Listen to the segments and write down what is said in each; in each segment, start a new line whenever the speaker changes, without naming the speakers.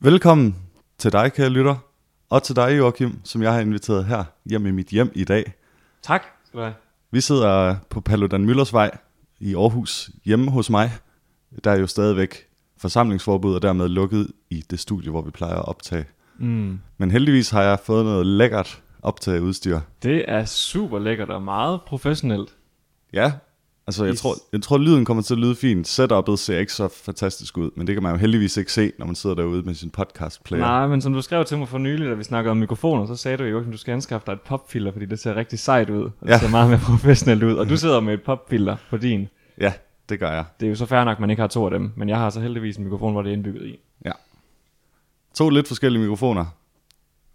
Velkommen til dig, kære lytter, og til dig, Joachim, som jeg har inviteret her hjem i mit hjem i dag.
Tak skal du have.
Vi sidder på Paludan Møllers vej i Aarhus, hjemme hos mig. Der er jo stadigvæk forsamlingsforbud, og dermed lukket i det studie, hvor vi plejer at optage.
Mm.
Men heldigvis har jeg fået noget lækkert optageudstyr.
Det er super lækkert og meget professionelt.
Ja, altså jeg
Yes.
tror, jeg tror, lyden kommer til at lyde fint. Setup'et ser ikke så fantastisk ud, men det kan man jo heldigvis ikke se, når man sidder derude med sin podcast player.
Nej, men som du skrev til mig for nylig, da vi snakkede om mikrofoner, så sagde du jo, at du skal anskaffe dig et popfilter, fordi det ser rigtig sejt ud, og det
Ja. Mm.
ser meget mere professionelt ud, og du sidder med et popfilter på din.
Ja, det gør jeg.
Det er jo så fair nok, at man ikke har to af dem, men jeg har så heldigvis en mikrofon, hvor det er indbygget i.
Ja. To lidt forskellige mikrofoner.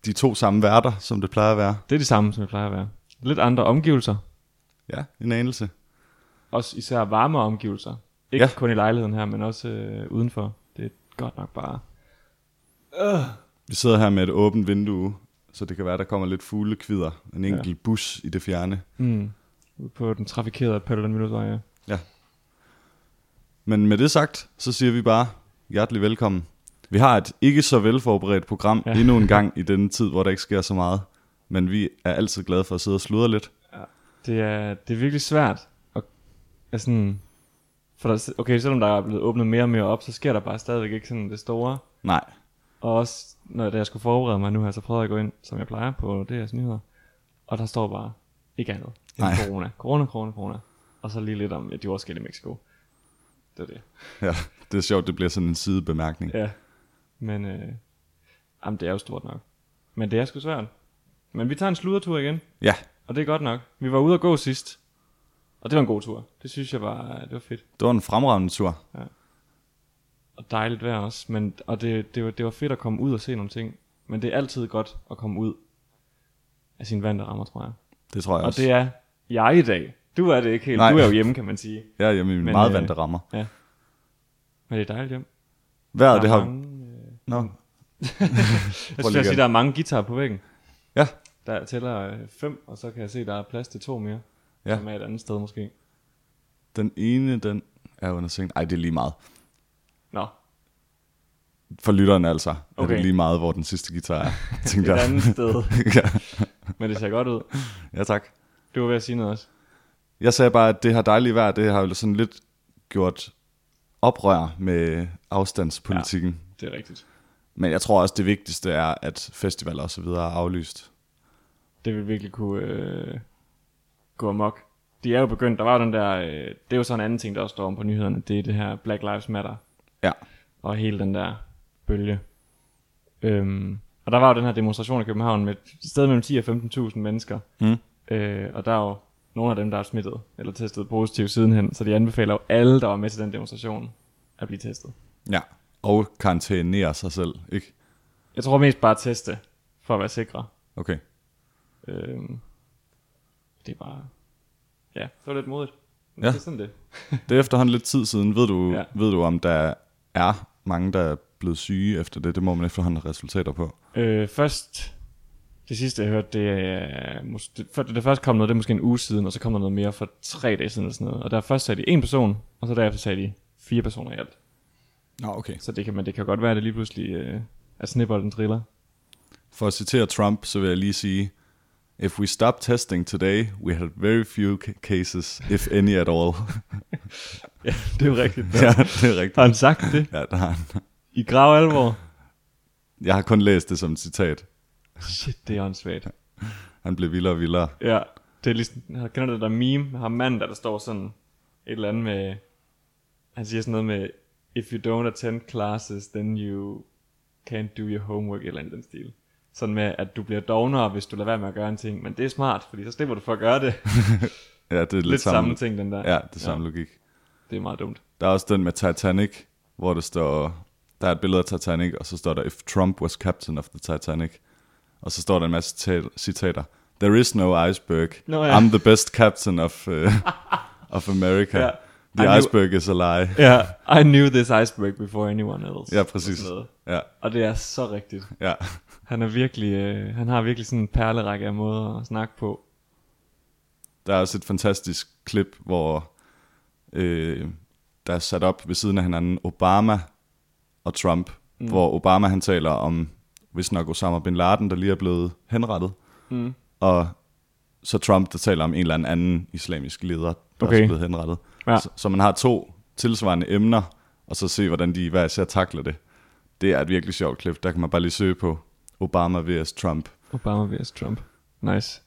De to samme værter, som det plejer at være.
Det er det samme, som det plejer at være. Lidt andre omgivelser,
Ja, en anelse.
også især varmere omgivelser. Ikke
Ja.
ja. kun i lejligheden her, men også øh, udenfor. Det er godt nok bare...
Vi sidder her med et åbent vindue, så det kan være, der kommer lidt fuglekvider. En enkelt ja. bus i det fjerne.
Mm. Ude på den trafikerede Paludan Minutvej, ja.
Men med det sagt, så siger vi bare hjertelig velkommen. Vi har et ikke så velforberedt program ja.
Ja.
endnu en gang i denne tid, hvor der ikke sker så meget. Men vi er altid glade for at sidde og sludre lidt.
Det er, det er virkelig svært. Og, altså, sådan, for der, okay, selvom der er blevet åbnet mere og mere op, så sker der bare stadigvæk ikke sådan det store.
Nej,
Og også, når da jeg skulle forberede mig nu her, så prøvede jeg at gå ind, som jeg plejer, på DR's nyheder. Og der står bare ikke andet end
Nej.
corona. Corona, corona, corona. Og så lige lidt om et jordskæld i Mexico. Det var det.
ja, det er sjovt, det bliver sådan en sidebemærkning. Ja.
Ja. Men øh, jamen, det er jo stort nok. Men det er sgu svært. Men vi tager en sludertur igen.
ja,
Og det er godt nok. Vi var ude at gå sidst. Og det var en god tur. Det synes jeg var, øh, det var fedt.
det var en fremragende tur.
og dejligt vejr også, men, og det, det, var, det var fedt at komme ud og se nogle ting, men det er altid godt at komme ud af sin vand, der rammer, tror jeg.
Det tror jeg
Og
også.
det er jeg i dag. Du er det ikke helt,
Nej.
Nej. du er jo hjemme, kan man sige.
Jeg er hjemme i min
Men,
meget
øh,
vand, der rammer.
Men det er dejligt hjem.
Vejret, det har...
mange, øh,
Nå.
jeg
lige
skulle
at-
sige, der er mange guitarer på væggen.
Ja.
Der tæller øh, fem, og så kan jeg se, der er plads til to mere.
Ja.
Ja. Som er et andet sted måske.
Den ene, den er under sengen. Ej, det er lige meget.
Nå,
For lytteren altså. Okay. Er
Okay.
det lige meget, hvor den sidste guitar er, tænkte
et
jeg.
andet sted.
ja.
Men det ser godt ud.
ja, tak.
Du var ved at sige noget også.
Jeg sagde bare, at det her dejlige vejr, det har jo sådan lidt gjort oprør med afstandspolitikken. Ja.
Det er rigtigt.
Men jeg tror også, det vigtigste er, at festivaler og så videre er aflyst.
det vil virkelig kunne øh, gå amok. De er jo begyndt, der var jo den der, øh, det er jo så en anden ting, der også står om på nyhederne, det er det her Black Lives Matter
Ja.
og hele den der bølge. Øhm, og der var jo den her demonstration i København med et sted mellem 10 og 15.000 mennesker,
Mm.
øh, og der er jo nogle af dem, der er smittet eller testet positivt sidenhen, så de anbefaler jo alle, der var med til den demonstration, at blive testet.
Ja. Og karantænere sig selv, ikke?
Jeg tror mest bare at teste, for at være sikre.
Okay.
Øhm, det er bare, ja, det var lidt modigt. Men
Ja.
Det er sådan det.
Det er efterhånden lidt tid siden. Ved du, ja.
Ja.
ved du om der er mange, der er blevet syge efter det? Det må man efterhånden have resultater på.
Øh, først, det sidste jeg hørte, det er, mås- det, for, det første kom noget, det er måske en uge siden, og så kom der noget mere for tre dage siden eller sådan noget. Og der først sagde de en person, og så derefter sagde de fire personer i alt.
Nå, okay.
Så det kan, man, det kan godt være, at det lige pludselig øh, er snipper den driller.
For at citere Trump, så vil jeg lige sige, If we stop testing today, we had very few ca- cases, if any at all.
Ja, det er jo rigtigt.
ja, det er rigtigt.
Har han sagt det?
Ja, der har han.
I grav alvor?
Jeg har kun læst det som et citat.
Shit, det er åndssvagt.
Han blev vildere og vildere.
Ja, det er ligesom, jeg kender du det der meme, med ham mand, der, der står sådan et eller andet med, han siger sådan noget med, if you don't attend classes, then you can't do your homework, eller andet i den stil. Sådan med, at du bliver dognere, hvis du lader være med at gøre en ting, men det er smart, fordi så slipper du for at gøre det.
Ja, det er lidt,
Lidt samme ting, den der.
Ja, det er samme ja. logik.
Det er meget dumt.
Der er også den med Titanic, hvor der står, der er et billede af Titanic, og så står der, If Trump was captain of the Titanic. Og så står der en masse cita- citater. There is no iceberg.
Nå ja.
I'm the best captain of, uh, of America.
Ja.
Ja. The
Ej, nu-
iceberg is a lie.
Ja, yeah, I knew this iceberg before anyone else.
Ja, præcis.
Og sådan noget.
Ja,
Og det er så rigtigt.
ja.
Han, er virkelig, øh, han har virkelig sådan en perlerække af måder at snakke på.
Der er også et fantastisk klip, hvor øh, der er sat op ved siden af hinanden Obama og Trump, mm. hvor Obama han taler om, hvis nok Osama Bin Laden, der lige er blevet henrettet,
Mm.
og så Trump, der taler om en eller anden anden islamisk leder, der
Okay.
okay. er blevet henrettet.
Ja.
Så, så man har to tilsvarende emner, og så se, hvordan de hver især takler det. Det er et virkelig sjovt klip. Der kan man bare lige søge på Obama vs. Trump.
Obama vs. Trump. Nice.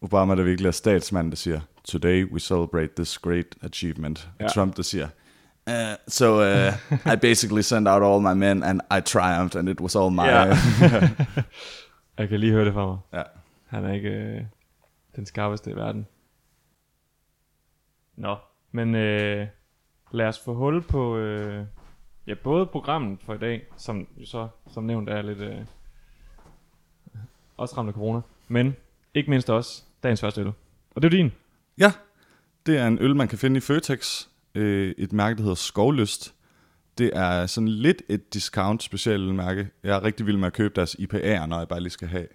Obama, der virkelig er statsmand, der siger, Today we celebrate this great achievement.
Ja.
Ja. Trump, der siger, uh, So uh, I basically sent out all my men, and I triumphed, and it was all my...
Ja. Jeg kan lige høre det fra mig.
ja.
Han er ikke øh, den skarpeste i verden. Nå, men øh, lad os få hul på øh, ja, både programmet for i dag, som jo så som nævnt er lidt øh, også ramt af corona, men ikke mindst også dagens første øl. Og det er jo din.
Ja, det er en øl, man kan finde i Føtex. Øh, et mærke, der hedder Skovlyst. Det er sådan lidt et discount specialmærke. Jeg er rigtig vild med at købe deres IPA'er, når jeg bare lige skal have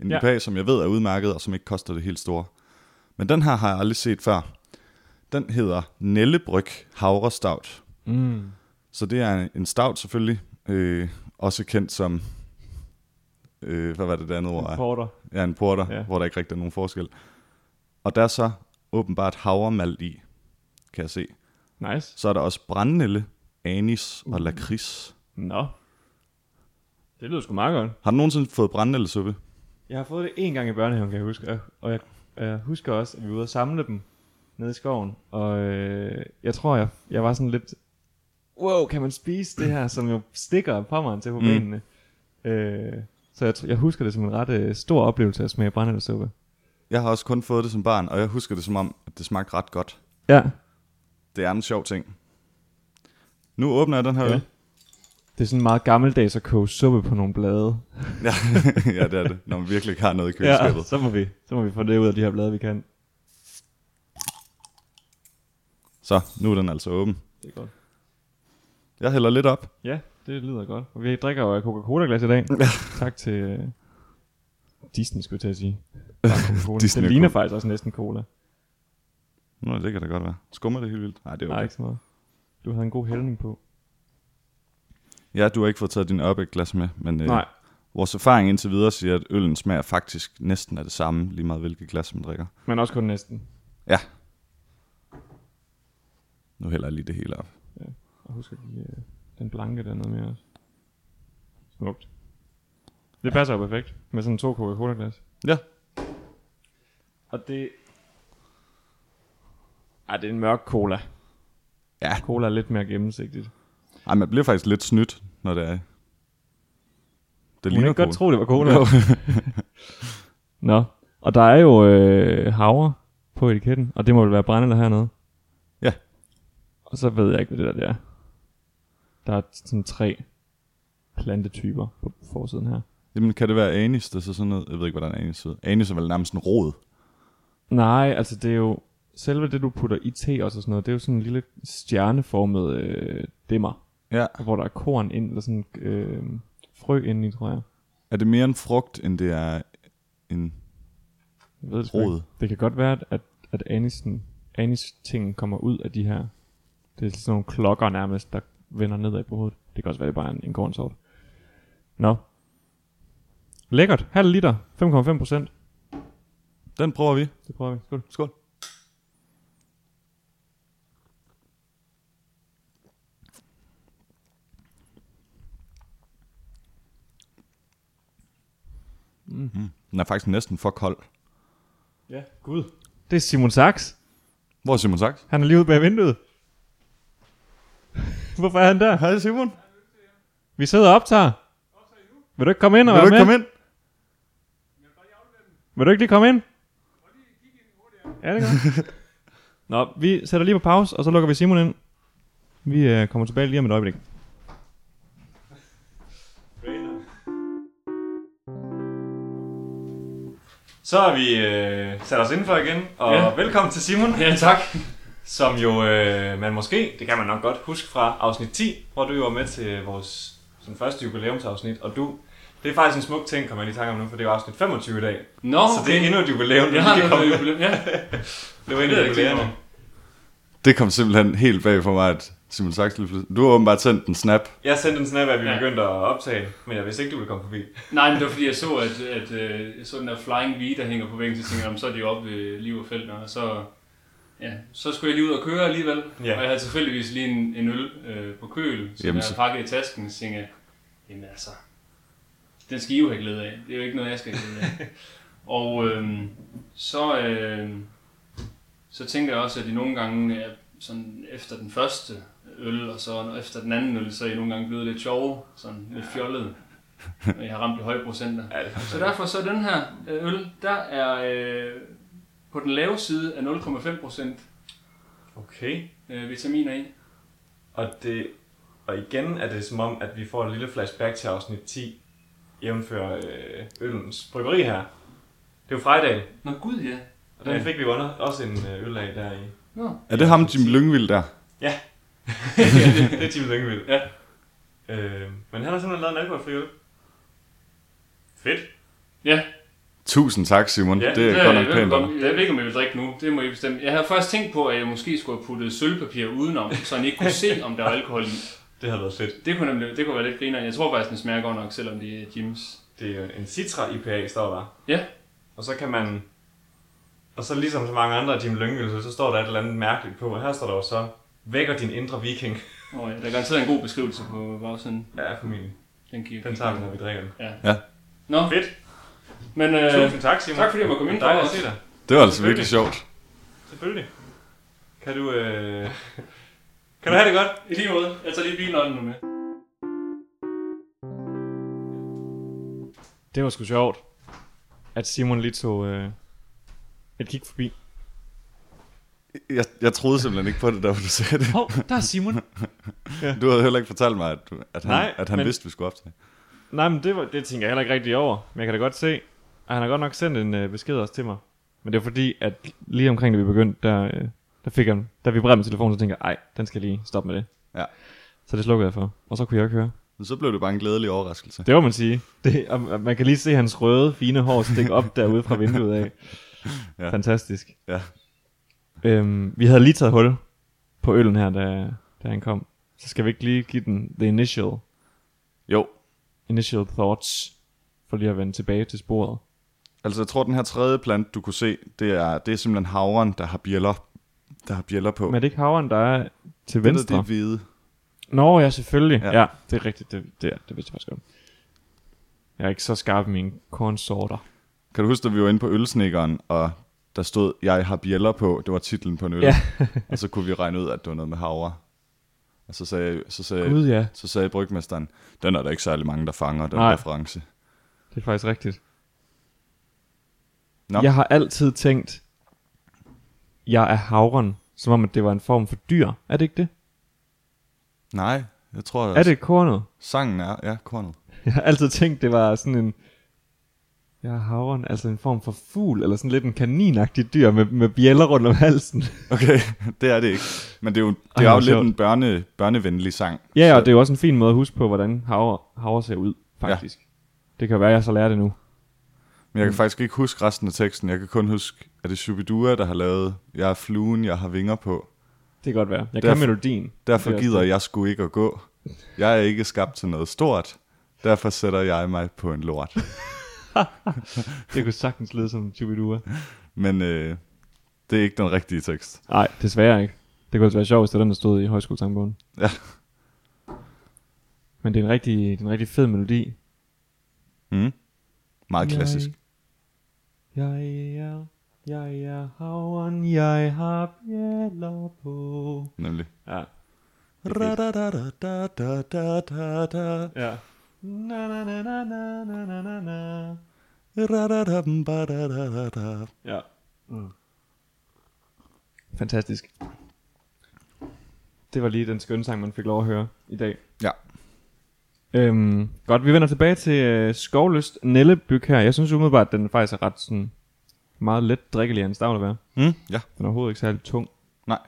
en
Ja.
ja. IPA, som jeg ved er udmærket, og som ikke koster det helt store. Men den her har jeg aldrig set før. Den hedder Nellebryg Havrestout.
Mm.
Så det er en stout selvfølgelig, øh, også kendt som, øh, hvad var det det andet ord? er?
Porter.
Ja, en porter,
Ja.
ja. hvor der ikke rigtig er nogen forskel. Og der er så åbenbart havremalt i, kan jeg se.
Nice.
Så er der også brændnelle, anis
Uh.
og lakrids.
Nå. Det lyder sgu meget godt.
Har du nogensinde fået brændnellesuppe?
Jeg har fået det en gang i børnehaven, kan jeg huske. Og- Og jeg, jeg husker også, at vi var ude og samle dem nede i skoven. Og øh, jeg tror, jeg, jeg var sådan lidt... Wow, kan man spise det her, som jo stikker pommeren til på
Mm.
benene? Øh, så jeg, tr- jeg husker det som en ret øh, stor oplevelse at smage brændenældesuppe.
Jeg har også kun fået det som barn, og jeg husker det som om, at det smagte ret godt.
Ja,
Det er en sjov ting. Nu åbner jeg den her
Ja.
øl.
det er sådan meget gammeldags at koge suppe på nogle blade.
Ja. ja, det er det. Når man virkelig ikke har noget i
Ja,
køleskabet.
så må, vi, så må vi få det ud af de her blade, vi kan.
Så, nu er den altså åben.
Det er godt.
Jeg hælder lidt op.
Ja, det lyder godt. Og vi drikker jo af Coca-Cola-glas i dag. tak til øh, Disney, skulle jeg til at sige. Bare Coca-Cola.
Disney
det
og
ligner
Cola.
faktisk også næsten cola.
Nå, det kan da godt være. Skummer det helt vildt? Nej, det er
Okay. Nej,
okay.
ikke så meget. Du havde en god hældning på.
Ja, du har ikke fået taget din ørbæk-glas med, men øh,
Nej.
Vores erfaring indtil videre siger, at øllen smager faktisk næsten af det samme, lige meget hvilket glas man drikker.
Men også kun næsten.
Ja. Nu hælder jeg lige det hele op.
Og husk at give øh, den blanke der noget mere. også. Smukt. Det passer jo perfekt med sådan to Coca-Cola-glas.
Ja.
Og det... Ej, det er en mørk cola.
Ja.
Cola er lidt mere gennemsigtigt.
Ej, man bliver faktisk lidt snydt, når det er... Det
Hun
ligner
kan godt
cola.
tro, det var cola.
Jo.
Nå, og der er jo øh, havre på etiketten, og det må vel være brændenælder hernede.
Ja.
Og så ved jeg ikke, hvad det der det er. Der er sådan tre plantetyper på forsiden her.
Jamen, kan det være anis, der så sådan noget? Jeg ved ikke, hvordan anis hedder. Anis er vel nærmest en rod.
Nej, altså det er jo... Selve det, du putter i te og sådan noget, det er jo sådan en lille stjerneformet øh, dimmer,
Ja.
hvor der er korn ind, eller sådan øh, frø ind i, tror jeg.
Er det mere en frugt, end det er en
jeg ved det, sgu
rod?
Det kan godt være, at, at anisen, anis-tingen kommer ud af de her... Det er sådan nogle klokker nærmest, der vender nedad på hovedet. Det kan også være, det er bare er en, en kornsort. Nå. Lækkert. Halv liter. 5,5 procent.
Den prøver vi.
Det prøver vi. Skål.
Skål.
Mm.
Mm-hmm. Den er faktisk næsten for kold.
Ja, gud. Det er Simon Sachs.
Hvor er Simon sagt?
Han er lige ude bag vinduet. Hvorfor er han der?
Hej Simon.
Vi sidder og optager. Vil du ikke komme ind og
Vil du
være
ikke komme
med?
ind?
Vil du ikke lige komme ind? Ja, det gør jeg. Nå, vi sætter lige på pause, og så lukker vi Simon ind. Vi øh, kommer tilbage lige om et øjeblik. Så har vi øh, sat os indenfor igen, og
Ja.
velkommen til Simon,
Ja, tak.
som jo øh, man måske, det kan man nok godt huske fra afsnit 10, hvor du jo var med til vores sådan første jubilæumsafsnit, og du, det er faktisk en smuk ting, kommer jeg lige i tanke om nu, for det er jo afsnit 25 i dag.
Nå,
Så det er endnu et jubilæum,
jeg
vi
har
kan komme
noget
med.
jubilæum. Ja,
Det var endnu
det er
et
jeg ikke
jubilæum.
tænkt over.
Det kom simpelthen helt bag for mig, at Simon Saxel, du har åbenbart sendt en snap.
Jeg sendte en snap, at vi
Ja.
begyndte at optage, men jeg vidste ikke, du ville komme forbi.
Nej, men det var fordi, jeg så, at, at øh, jeg så den der Flying V, der hænger på væggen, så tænkte jeg, "Nå, så er de jo oppe ved liv og felt, og så, ja, så skulle jeg lige ud og køre alligevel.
Ja.
Ja. Og jeg havde tilfældigvis lige en, en øl øh, på køl, som
Jamen,
jeg
så-
havde pakket i tasken, så tænkte jeg, jamen altså, den skal I jo have glæde af. Det er jo ikke noget, jeg skal have glæde af. og øh, så, øh, så tænker jeg også, at I nogle gange, er sådan efter den første øl, og så efter den anden øl, så er I nogle gange blevet lidt sjove, sådan lidt fjollede. Og jeg har ramt de høje procenter.
Ja, det
Så derfor så den her øh, øl, der er øh, på den lave side af 0,5%
Okay.
øh, vitaminer i.
Og, det, og igen er det som om, at vi får et lille flashback til afsnit 10, jævnfører øh, øllens bryggeri her. Det er jo fredag,
Nå gud ja.
og den
Ja.
fik vi jo under, også en øh, øl af der i.
Nå.
Er det ham, Jim Lyngvild der?
det er Tim Lyngvild.
Ja.
Øh, men han har simpelthen lavet en alkoholfri øl. Fedt.
Ja,
Tusind tak, Simon.
Ja,
Ja, det er godt nok pænt. af dig.
velkommen. Jeg ved ikke, om jeg vil drikke nu. Det må I bestemme. Jeg havde først tænkt på, at jeg måske skulle have puttet sølvpapir udenom, så han ikke kunne se, om der var alkohol i.
Det har været fedt.
Det kunne, nemlig, det kunne være lidt griner. Jeg tror faktisk, den smager godt nok, selvom det er Jims.
Det er jo en Citra IPA, står der.
Ja.
Og så kan man... Og så ligesom så mange andre af Jim Lyngvild, så- så står der et eller andet mærkeligt på. Og her står der jo så, vækker din indre viking.
Og ja, der er garanteret en god beskrivelse på bagsiden.
Ja, familie.
Den, giver,
Den tager vi, når vi drikker den.
Nå,
Fedt.
men øh,
Tusind tak, Simon.
tak fordi jeg måtte komme ind.
Dejligt at
Thomas.
se dig.
Det var altså virkelig sjovt.
Selvfølgelig. Kan du... Øh... kan du have det godt?
i lige måde. Jeg tager lige bilnøglen med.
Det var sgu sjovt, at Simon lige tog øh, et kig forbi.
Jeg, jeg troede simpelthen ikke på det, der hvor du sagde det.
Hov, der er Simon.
Du havde heller ikke fortalt mig, at, du- at han,
Nej,
at han
men-
vidste, vi skulle optage.
Nej, men det, var, det tænker jeg heller ikke rigtig over. Men jeg kan da godt se, at han har godt nok sendt en øh, besked også til mig. Men det er fordi, at lige omkring det vi begyndte, der, øh, der fik han, der vibrerede min telefon, så tænker jeg, ej, den skal lige stoppe med det.
Ja.
Så det slukkede jeg for, og så kunne jeg ikke høre.
Så blev det bare en glædelig overraskelse.
Det må man sige. Det, og og man kan lige se hans røde, fine hår stikke op derude fra vinduet af.
Ja.
ja. Fantastisk.
Ja.
Øhm, vi havde lige taget hul på øllen her, da, da han kom. Så skal vi ikke lige give den the initial,
Jo,
initial thoughts, for lige at vende tilbage til sporet.
altså jeg tror, den her tredje plant, du kunne se, det er, det er simpelthen havren, der har bjæller, der har bjæller på.
Men er det ikke havren, der er til
det er
venstre?
det hvide.
Nå ja, selvfølgelig.
Ja.
Ja. ja det er rigtigt. Det, det, er- det vidste jeg faktisk godt. Jeg er ikke så skarp i mine kornsorter.
Kan du huske, at vi var inde på ølsnikkeren, og der stod, jeg har bjæller på, det var titlen på en øl.
Ja.
og så kunne vi regne ud, at det var noget med havre. Og så sagde, så sagde,
Øh, Gud ja,
så sagde brygmesteren, den er der ikke særlig mange, der fanger, den
Nej.
reference.
det er faktisk rigtigt.
Nå.
Nå. Jeg har altid tænkt, jeg er havren, som om at det var en form for dyr. Er det ikke det?
Nej, jeg tror,
Er det kornet?
sangen er, ja, kornet.
Jeg har altid tænkt, det var sådan en... Jeg er havren, altså en form for fugl, eller sådan lidt en kaninagtig dyr med, med bjæller rundt om halsen.
Okay, det er det ikke. Men det er jo,
Ej,
det er
hvor
jo lidt
sjovt.
en børne, børnevenlig sang.
ja,
Så-
og det er jo også en fin måde at huske på, hvordan havre, havre ser ud, faktisk. Ja. Det kan være, jeg så lærer det nu.
Men
Mm.
jeg kan faktisk ikke huske resten af teksten. Jeg kan kun huske, at det er Shubidua, der har lavet Jeg er fluen, jeg har vinger på.
Det kan godt være. Jeg
Derfor-
kan melodien. Det er
Derfor
også
gider
det.
jeg sgu ikke at gå. Jeg er ikke skabt til noget stort. Derfor sætter jeg mig på en lort.
Det kunne sagtens lyde som Chubidua.
Men øh, det er ikke den rigtige tekst.
Nej, desværre ikke. Det kunne altså være sjovt, hvis det var den, der stod i højskolesangbogen.
Ja.
Men det er en rigtig, det er en rigtig fed melodi.
Mm. Meget klassisk.
Jeg, jeg er, jeg er havren, jeg har bjæller på.
Nemlig.
Ja.
Ra-da-da-da-da-da-da-da.
Ja. Na, na, na, na, na, na, na, na, na.
Ra-da-dam-ba-da-da-da-da.
Ja. Mm. Fantastisk. Det var lige den skønne sang, man fik lov at høre i dag.
Ja.
Øhm, godt, vi vender tilbage til øh, Skovløst Nellebyg her. Jeg synes umiddelbart, at den faktisk er ret sådan, meget let drikkelig af en stavl at være.
Mm, ja.
Den er overhovedet ikke særlig tung.
Nej.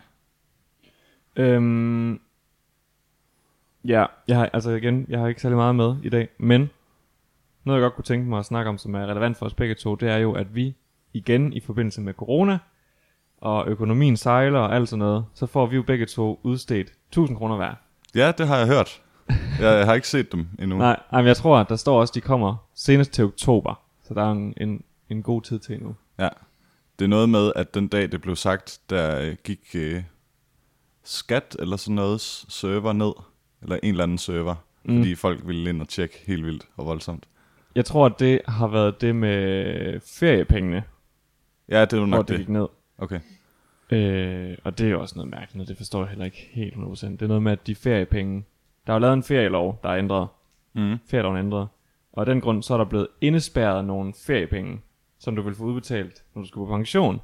Øhm, ja, jeg har, altså igen, jeg har ikke særlig meget med i dag, men noget jeg godt kunne tænke mig at snakke om, som er relevant for os begge to, det er jo, at vi igen i forbindelse med corona og økonomien sejler og alt sådan noget, så får vi jo begge to udstedt 1000 kroner hver.
Ja, det har jeg hørt. Jeg har ikke set dem endnu.
Nej, nej, men jeg tror, at der står også, at de kommer senest til oktober, så der er en, en, en god tid til endnu.
Ja. Det er noget med, at den dag, det blev sagt, der øh, gik øh, skat eller sådan noget s- server ned. Eller en eller anden server. Mm. Fordi folk ville ind og tjekke helt vildt og voldsomt.
Jeg tror, at det har været det med feriepengene,
Ja, det er jo
hvor
nok
det
det.
gik ned.
Okay.
Øh, og det er jo også noget mærkeligt, noget, det forstår jeg heller ikke helt 100%. Det er noget med, at de feriepenge... Der er jo lavet en ferielov, der er ændret.
Mm.
Ferieloven er ændret. Og af den grund, så er der blevet indespærret nogle feriepenge, som du vil få udbetalt, når du skal på pension.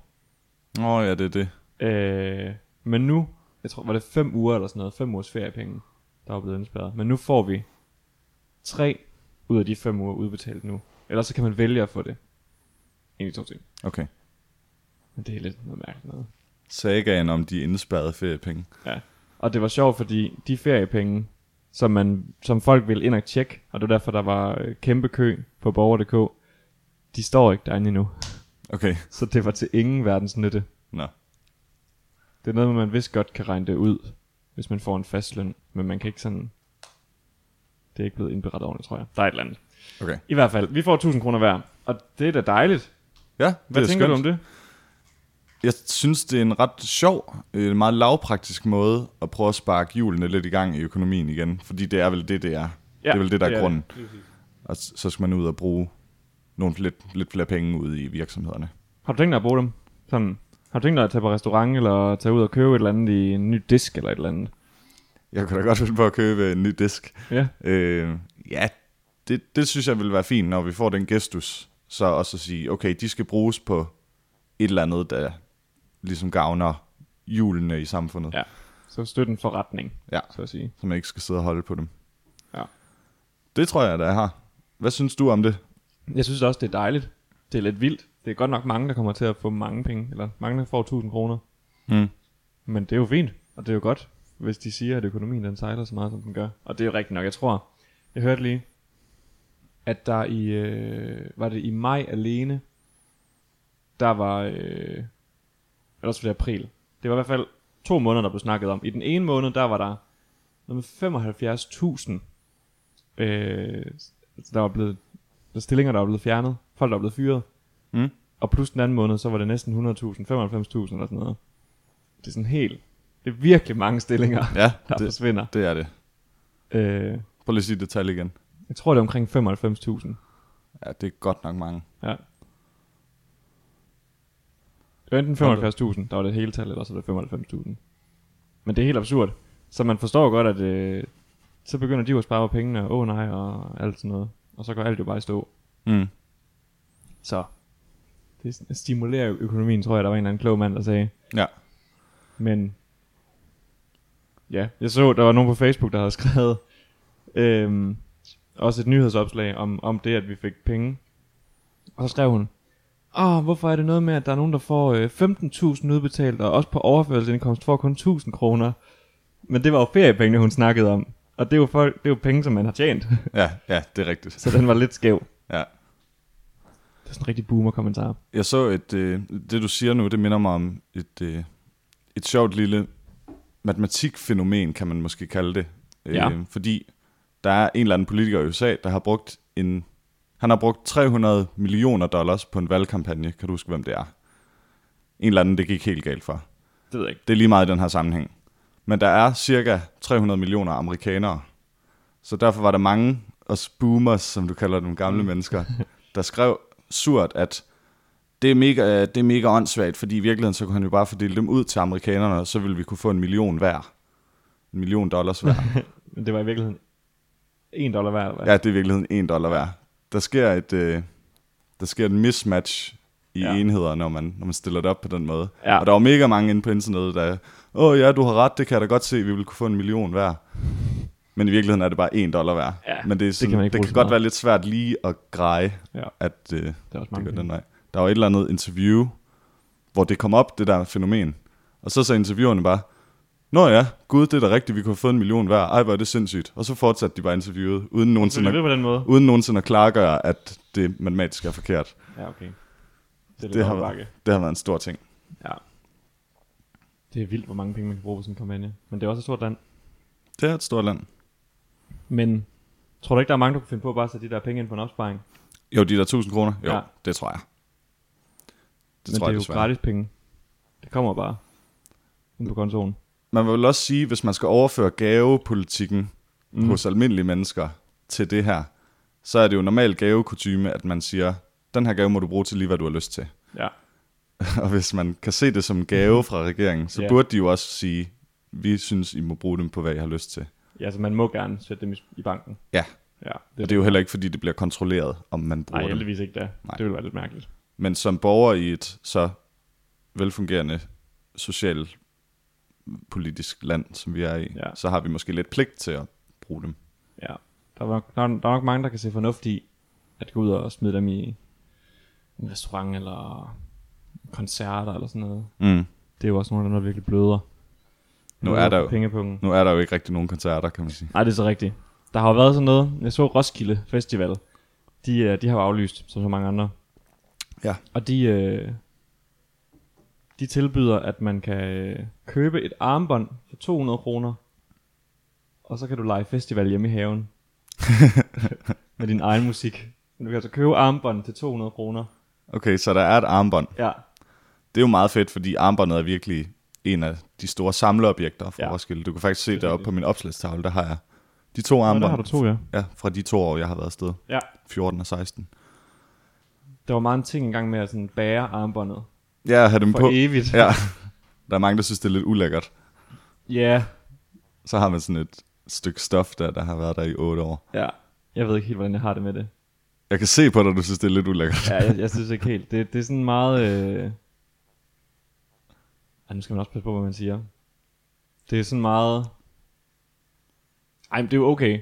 Nå ja, det er det.
Øh, men nu, jeg tror, var det fem uger eller sådan noget, fem ugers feriepenge, der var blevet indespærret. Men nu får vi tre ud af de fem uger udbetalt nu. Ellers så kan man vælge at få det. En af de to ting.
Okay.
Men det er lidt noget mærkeligt noget.
Sagaen om de indspærrede feriepenge.
Ja. Og det var sjovt, fordi de feriepenge, som, man, som folk ville ind og tjekke, og det var derfor, der var øh, kæmpe kø på borger.dk, de står ikke derinde endnu.
Okay.
Så det var til ingen verdens nytte.
Nå.
Det er noget, man vist godt kan regne det ud, hvis man får en fast løn, men man kan ikke sådan... Det er ikke blevet indberettet ordentligt, tror jeg. Der er et eller andet.
Okay.
I hvert fald, vi får 1000 kroner hver, og det er da dejligt.
Ja,
Hvad
det er
tænker
skønt.
du om det?
Jeg synes, det er en ret sjov, øh, meget lavpraktisk måde at prøve at sparke hjulene lidt i gang i økonomien igen. Fordi det er vel det, det er. Ja, det er vel det, der er grunden. Det. Og s- så skal man ud og bruge nogle lidt, lidt flere penge ud i virksomhederne.
Har du tænkt dig at bruge dem? Sådan, har du tænkt dig at tage på restaurant, eller tage ud og købe et eller andet i en ny disk, eller et eller andet?
Jeg kunne da godt finde på at købe en ny disk.
Ja.
Øh, ja, det, det synes jeg vil være fint, når vi får den gestus. Så også at sige, okay, de skal bruges på et eller andet, der ligesom gavner hjulene i samfundet.
Ja. Så støt en forretning,
Ja.
så at sige.
så man ikke skal sidde og holde på dem.
Ja.
Det tror jeg, der er her. Hvad synes du om det?
Jeg synes også, det er dejligt. Det er lidt vildt. Det er godt nok mange, der kommer til at få mange penge, eller mange, der får 1000 kroner.
Mm.
Men det er jo fint, og det er jo godt, hvis de siger, at økonomien den sejler så meget, som den gør. Og det er jo rigtigt nok, jeg tror. Jeg hørte lige, at der i, øh, var det i maj alene, der var, øh, eller også var det april. Det var i hvert fald to måneder, der blev snakket om. I den ene måned, der var der noget med 75.000, øh, der var blevet der stillinger, der var blevet fjernet, folk, der var blevet fyret.
Mm.
Og plus den anden måned, så var det næsten 100.000, 95.000 eller sådan noget. Det er sådan helt... Det er virkelig mange stillinger,
Ja,
der det.
det,
forsvinder.
det er det.
Øh,
Prøv lige at sige det tal igen.
jeg tror, det er omkring 95.000.
Ja, det er godt nok mange.
Ja. Det var enten 75.000, der var det hele tal, eller så var det 95.000. Men det er helt absurd. Så man forstår godt, at øh, så begynder de jo at spare på pengene, og åh oh, nej, og alt sådan noget. Og så går alt jo bare i stå.
Mm.
Så det s- stimulerer jo økonomien, tror jeg, der var en eller anden klog mand, der sagde.
Ja.
Men ja, jeg så, der var nogen på Facebook, der havde skrevet øhm, også et nyhedsopslag om, om det, at vi fik penge. Og så skrev hun, Åh, hvorfor er det noget med, at der er nogen, der får øh, 15.000 udbetalt, og også på overførselsindkomst får kun 1.000 kroner. Men det var jo feriepengene, hun snakkede om. Og det er jo, folk, det er jo penge, som man har tjent.
Ja, ja, det er rigtigt.
så den var lidt skæv.
Ja.
Det er sådan en rigtig boomer-kommentar.
Jeg så et, øh, det du siger nu, det minder mig om et, øh, et sjovt lille matematikfænomen, kan man måske kalde det. Øh,
Ja.
Fordi der er en eller anden politiker i USA, der har brugt en, han har brugt 300 millioner dollars på en valgkampagne. Kan du huske, hvem det er? En eller anden, det gik helt galt for.
Det ved jeg ikke.
Det er lige meget i den her sammenhæng. Men der er cirka 300 millioner amerikanere. Så derfor var der mange os boomers, som du kalder dem gamle mennesker, der skrev surt, at det er, mega, det er mega åndssvagt, fordi i virkeligheden så kunne han jo bare fordele dem ud til amerikanerne, og så ville vi kunne få en million hver. En million dollars hver.
Men det var i virkeligheden 1 dollar hver, eller hvad?
Ja, det er i virkeligheden en dollar hver. Der sker et, øh, der sker et mismatch i
Ja.
ja. enheder, når man, når man stiller det op på den måde.
Ja.
Ja. Og der var mega mange inde på internettet, der, åh ja, du har ret, det kan jeg da godt se, vi vil kunne få en million hver. Men i virkeligheden er det bare en dollar hver.
Ja,
Men det, er sådan, det
kan
kan,
man ikke
det
bruge
kan
så
godt
meget.
være lidt svært lige at greje,
Ja.
at øh, det
Det er også
går
mange
den
penge.
vej. Der var et eller andet interview, hvor det kom op, det der fænomen. Og så sagde interviewerne bare, Nå ja, gud, det er da rigtigt, vi kunne have fået en million hver. Ej, hvor er det sindssygt. Og så fortsatte de bare interviewet, uden
Så
nogensinde
det
at
ved på den måde?
uden nogensinde at klargøre, at det matematisk er forkert.
Ja, okay. Det er lidt
Det har,
opbakke.
været, det har været en stor ting.
Ja. Det er vildt, hvor mange penge man kan bruge på sådan en kampagne. Men det er også et stort land.
Det er et stort land.
Men tror du ikke, der er mange, der kunne finde på at bare sætte de der penge ind på en opsparing?
Jo, de der 1000 kroner. Jo,
Ja.
ja. det tror jeg. Det
Men
tror
det
jeg
er jo
desværre.
gratis penge. Det kommer bare ind på kontoen.
Man vil vel også sige, hvis man skal overføre gavepolitikken mm. hos almindelige mennesker til det her, så er det jo normal gavekutume, at man siger, den her gave må du bruge til lige, hvad du har lyst til.
Ja.
Og hvis man kan se det som en gave fra regeringen, så
Mhm. Ja.
yeah. burde de jo også sige, vi synes, I må bruge dem på, hvad I har lyst til.
Ja, så man må gerne sætte dem i- i banken.
Ja,
Ja,
og det er jo heller ikke, fordi det bliver kontrolleret, om man bruger
Nej,
dem.
heldigvis ikke der.
Nej.
Det ville være lidt mærkeligt.
Men som borger i et så velfungerende socialt politisk land, som vi er i,
Ja.
ja. så har vi måske lidt pligt til at bruge dem.
Ja. Der er, nok, der, er, der er nok mange, der kan se fornuft i at gå ud og smide dem i en restaurant eller koncerter eller sådan noget.
Mm.
Det er jo også nogle af dem, der virkelig bløder.
Nu er der jo-
Pengepunkten.
Nu er der jo ikke rigtig nogen koncerter, kan man sige.
Nej, det er så rigtigt. Der har jo været sådan noget. Jeg så Roskilde Festival. De, øh, de har jo aflyst, som så mange andre.
Ja.
Og de, øh, de tilbyder, at man kan øh, købe et armbånd for 200 kroner, og så kan du lege festival hjemme i haven med din egen musik. Men du kan altså købe armbånd til 200 kroner.
Okay, så der er et armbånd.
Ja,
Det er jo meget fedt, fordi armbåndet er virkelig en af de store samleobjekter fra
Ja.
ja. Roskilde. Du kan faktisk se
Det er
deroppe
rigtigt.
på min opslagstavle, der har jeg de to
Nå, der
armbånd
har du to, ja.
ja, fra de to år, jeg har været afsted.
Ja.
14 og 16.
Der var meget en ting engang med at sådan bære armbåndet
Ja, at have dem
for
på.
evigt.
Ja. Der er mange, der synes, det er lidt ulækkert.
ja,
Så har man sådan et stykke stof, der, der har været der i 8 år.
ja. Jeg ved ikke helt, hvordan jeg har det med det.
Jeg kan se på dig, du synes, det er lidt ulækkert.
Ja, jeg, jeg synes ikke helt. Det, det er sådan meget... Øh... Ej, nu skal man også passe på, hvad man siger. Det er sådan meget... Ej, men det er jo okay.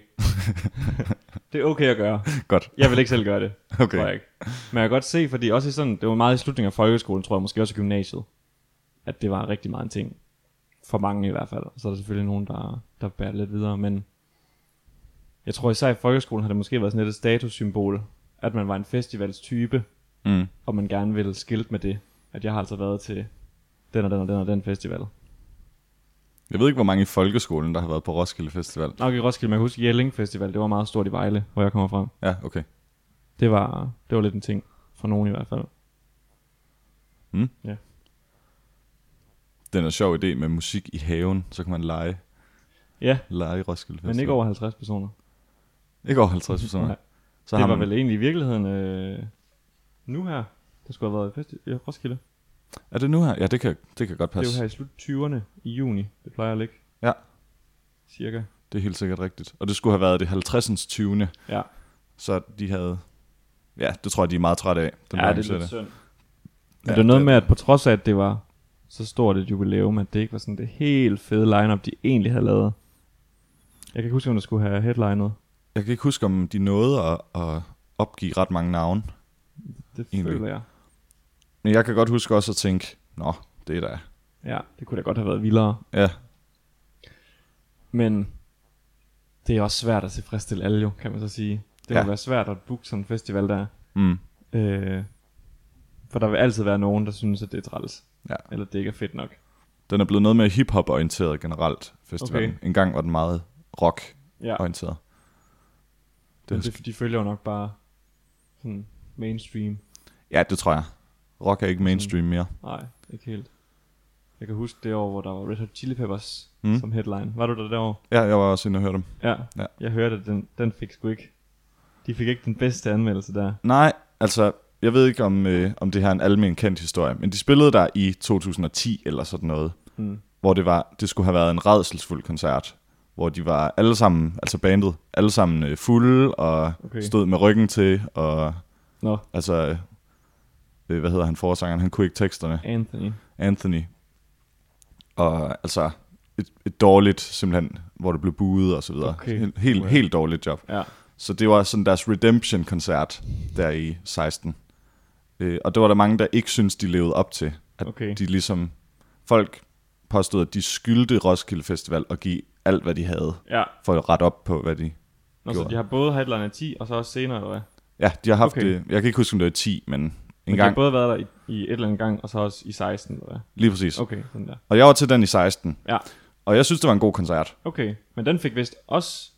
det er okay at gøre.
Godt,
Jeg vil ikke selv gøre det, okay. tror jeg
okay.
ikke. Men jeg kan godt se, fordi også i sådan... Det var meget i slutningen af folkeskolen, tror jeg, måske også i gymnasiet, at det var rigtig meget en ting. For mange i hvert fald. Så er der selvfølgelig nogen, der, der bærer det lidt videre, men... Jeg tror især i folkeskolen har det måske været sådan lidt et statussymbol, at man var en festivalstype,
Mm.
og man gerne vil skilte med det, at jeg har altså været til den og den og den og den festival.
Jeg ved ikke, hvor mange i folkeskolen, der har været på Roskilde Festival.
Nok i Roskilde, man kan huske Jelling Festival, det var meget stort i Vejle, hvor jeg kommer fra.
Ja, okay.
Det var, det var lidt en ting, for nogen i hvert fald.
Det er en sjov idé med musik i haven, så kan man lege,
Ja,
lege i Roskilde Festival.
men ikke over 50 personer.
Ikke over 50 personer.
Nej.
Så
Så det
har
var
man,
vel egentlig i virkeligheden øh, nu her, der skulle have været fest i Roskilde.
Er det nu her? Ja, det kan, det kan godt
Det
passe.
er jo her i slut 20'erne i juni, det plejer at ligge.
Ja.
Cirka.
Det er helt sikkert rigtigt. Og det skulle have været det 50. 20.
Ja,
Så de havde... Ja, det tror jeg, de er meget trætte af. Dem, der
ja det er
arrangerer
lidt synd. Men
Ja,
det er noget
det-
med, at på trods af, at det var så stort et jubilæum, at det ikke var sådan det helt fede lineup, de egentlig havde lavet. Jeg kan ikke huske, om der skulle have headlinet.
Jeg kan ikke huske, om de nåede at, at opgive ret mange navne.
Det
Egentlig.
føler jeg.
Men jeg kan godt huske også at tænke, nå, det er da...
Ja, det kunne da godt have været vildere.
Ja,
Men det er også svært at tilfredsstille alle jo, kan man så sige. Det ja.
Ja.
vil være svært at booke sådan en festival der.
mm,
Øh, for der vil altid være nogen, der synes, at det er træls.
Ja.
Eller det ikke er fedt nok.
Den er blevet noget mere hip-hop-orienteret generelt, festivalen.
Okay.
Okay. En gang var den meget rock-orienteret.
Ja,
Det,
det,
husker-
det, de følger jo nok bare sådan mainstream.
ja, det tror jeg. Rock er ikke mainstream mere.
Nej, ikke helt. Jeg kan huske det år, hvor der var Red Hot Chili Peppers mm.
Mm.
som headline. Var du der derovre?
Ja, jeg var også inde og hørte dem.
Ja.
Ja.
Jeg hørte, at den, den fik sgu ikke. De fik ikke den bedste anmeldelse der.
Nej, altså, jeg ved ikke, om, øh, om det her er en almen kendt historie, men de spillede der i 2010 eller sådan noget,
Mm.
hvor det, var, det skulle have været en redselsfuld koncert, hvor de var alle sammen, altså bandet, alle sammen øh, fulde og
Okay.
okay. stod med ryggen til, og
Nå,
altså, øh, hvad hedder han forsangeren, han kunne ikke teksterne.
Anthony.
Anthony. Og altså et, et dårligt simpelthen, hvor det blev buet og så videre.
Okay.
Helt, helt,
Wow.
helt dårligt job.
Ja.
Så det var sådan deres Redemption-koncert der i 16. Øh, og det var der mange, der ikke synes de levede op til. At
Okay.
de ligesom, folk påstod, at de skyldte Roskilde Festival at give alt, hvad de havde,
Ja.
for at rette op på, hvad de...
Nå, så
Gjorde
de har både headline af 10, og så også senere, eller hvad?
Ja, de har haft
Okay.
okay. det, jeg kan ikke huske, om det var i 10, men en
Det har
gang.
både været der i, i et eller andet gang, og så også i 16, eller hvad?
Lige præcis. Okay.
Okay, den der.
Og jeg var til den i 16,
Ja,
og jeg synes, det var en god koncert.
okay. Men den fik vist også...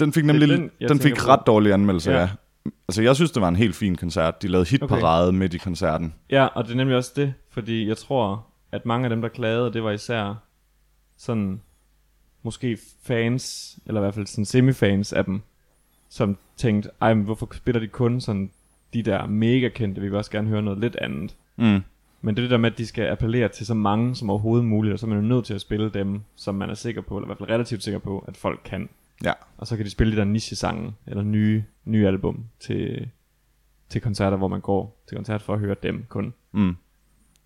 Den fik nemlig
Det er
den,
den, jeg
den fik
tænker på.
ret dårlige anmeldelser, ja.
Ja.
ja. Altså, jeg synes, det var en helt fin koncert. De lavede hitparade okay. midt i koncerten.
Ja, og det er nemlig også det, fordi jeg tror, at mange af dem, der klagede, det var især sådan... Måske fans, eller i hvert fald sådan semifans af dem, som tænkte, ej, men hvorfor spiller de kun sådan de der mega kendte, vi vil også gerne høre noget lidt andet.
Mm.
Men det er det der med, at de skal appellere til så mange som overhovedet muligt, og så er man jo nødt til at spille dem, som man er sikker på, eller i hvert fald relativt sikker på, at folk kan.
Ja.
Og så kan de spille de der niche-sange, eller nye, nye album til, til koncerter, hvor man går til koncert for at høre dem kun.
Mm.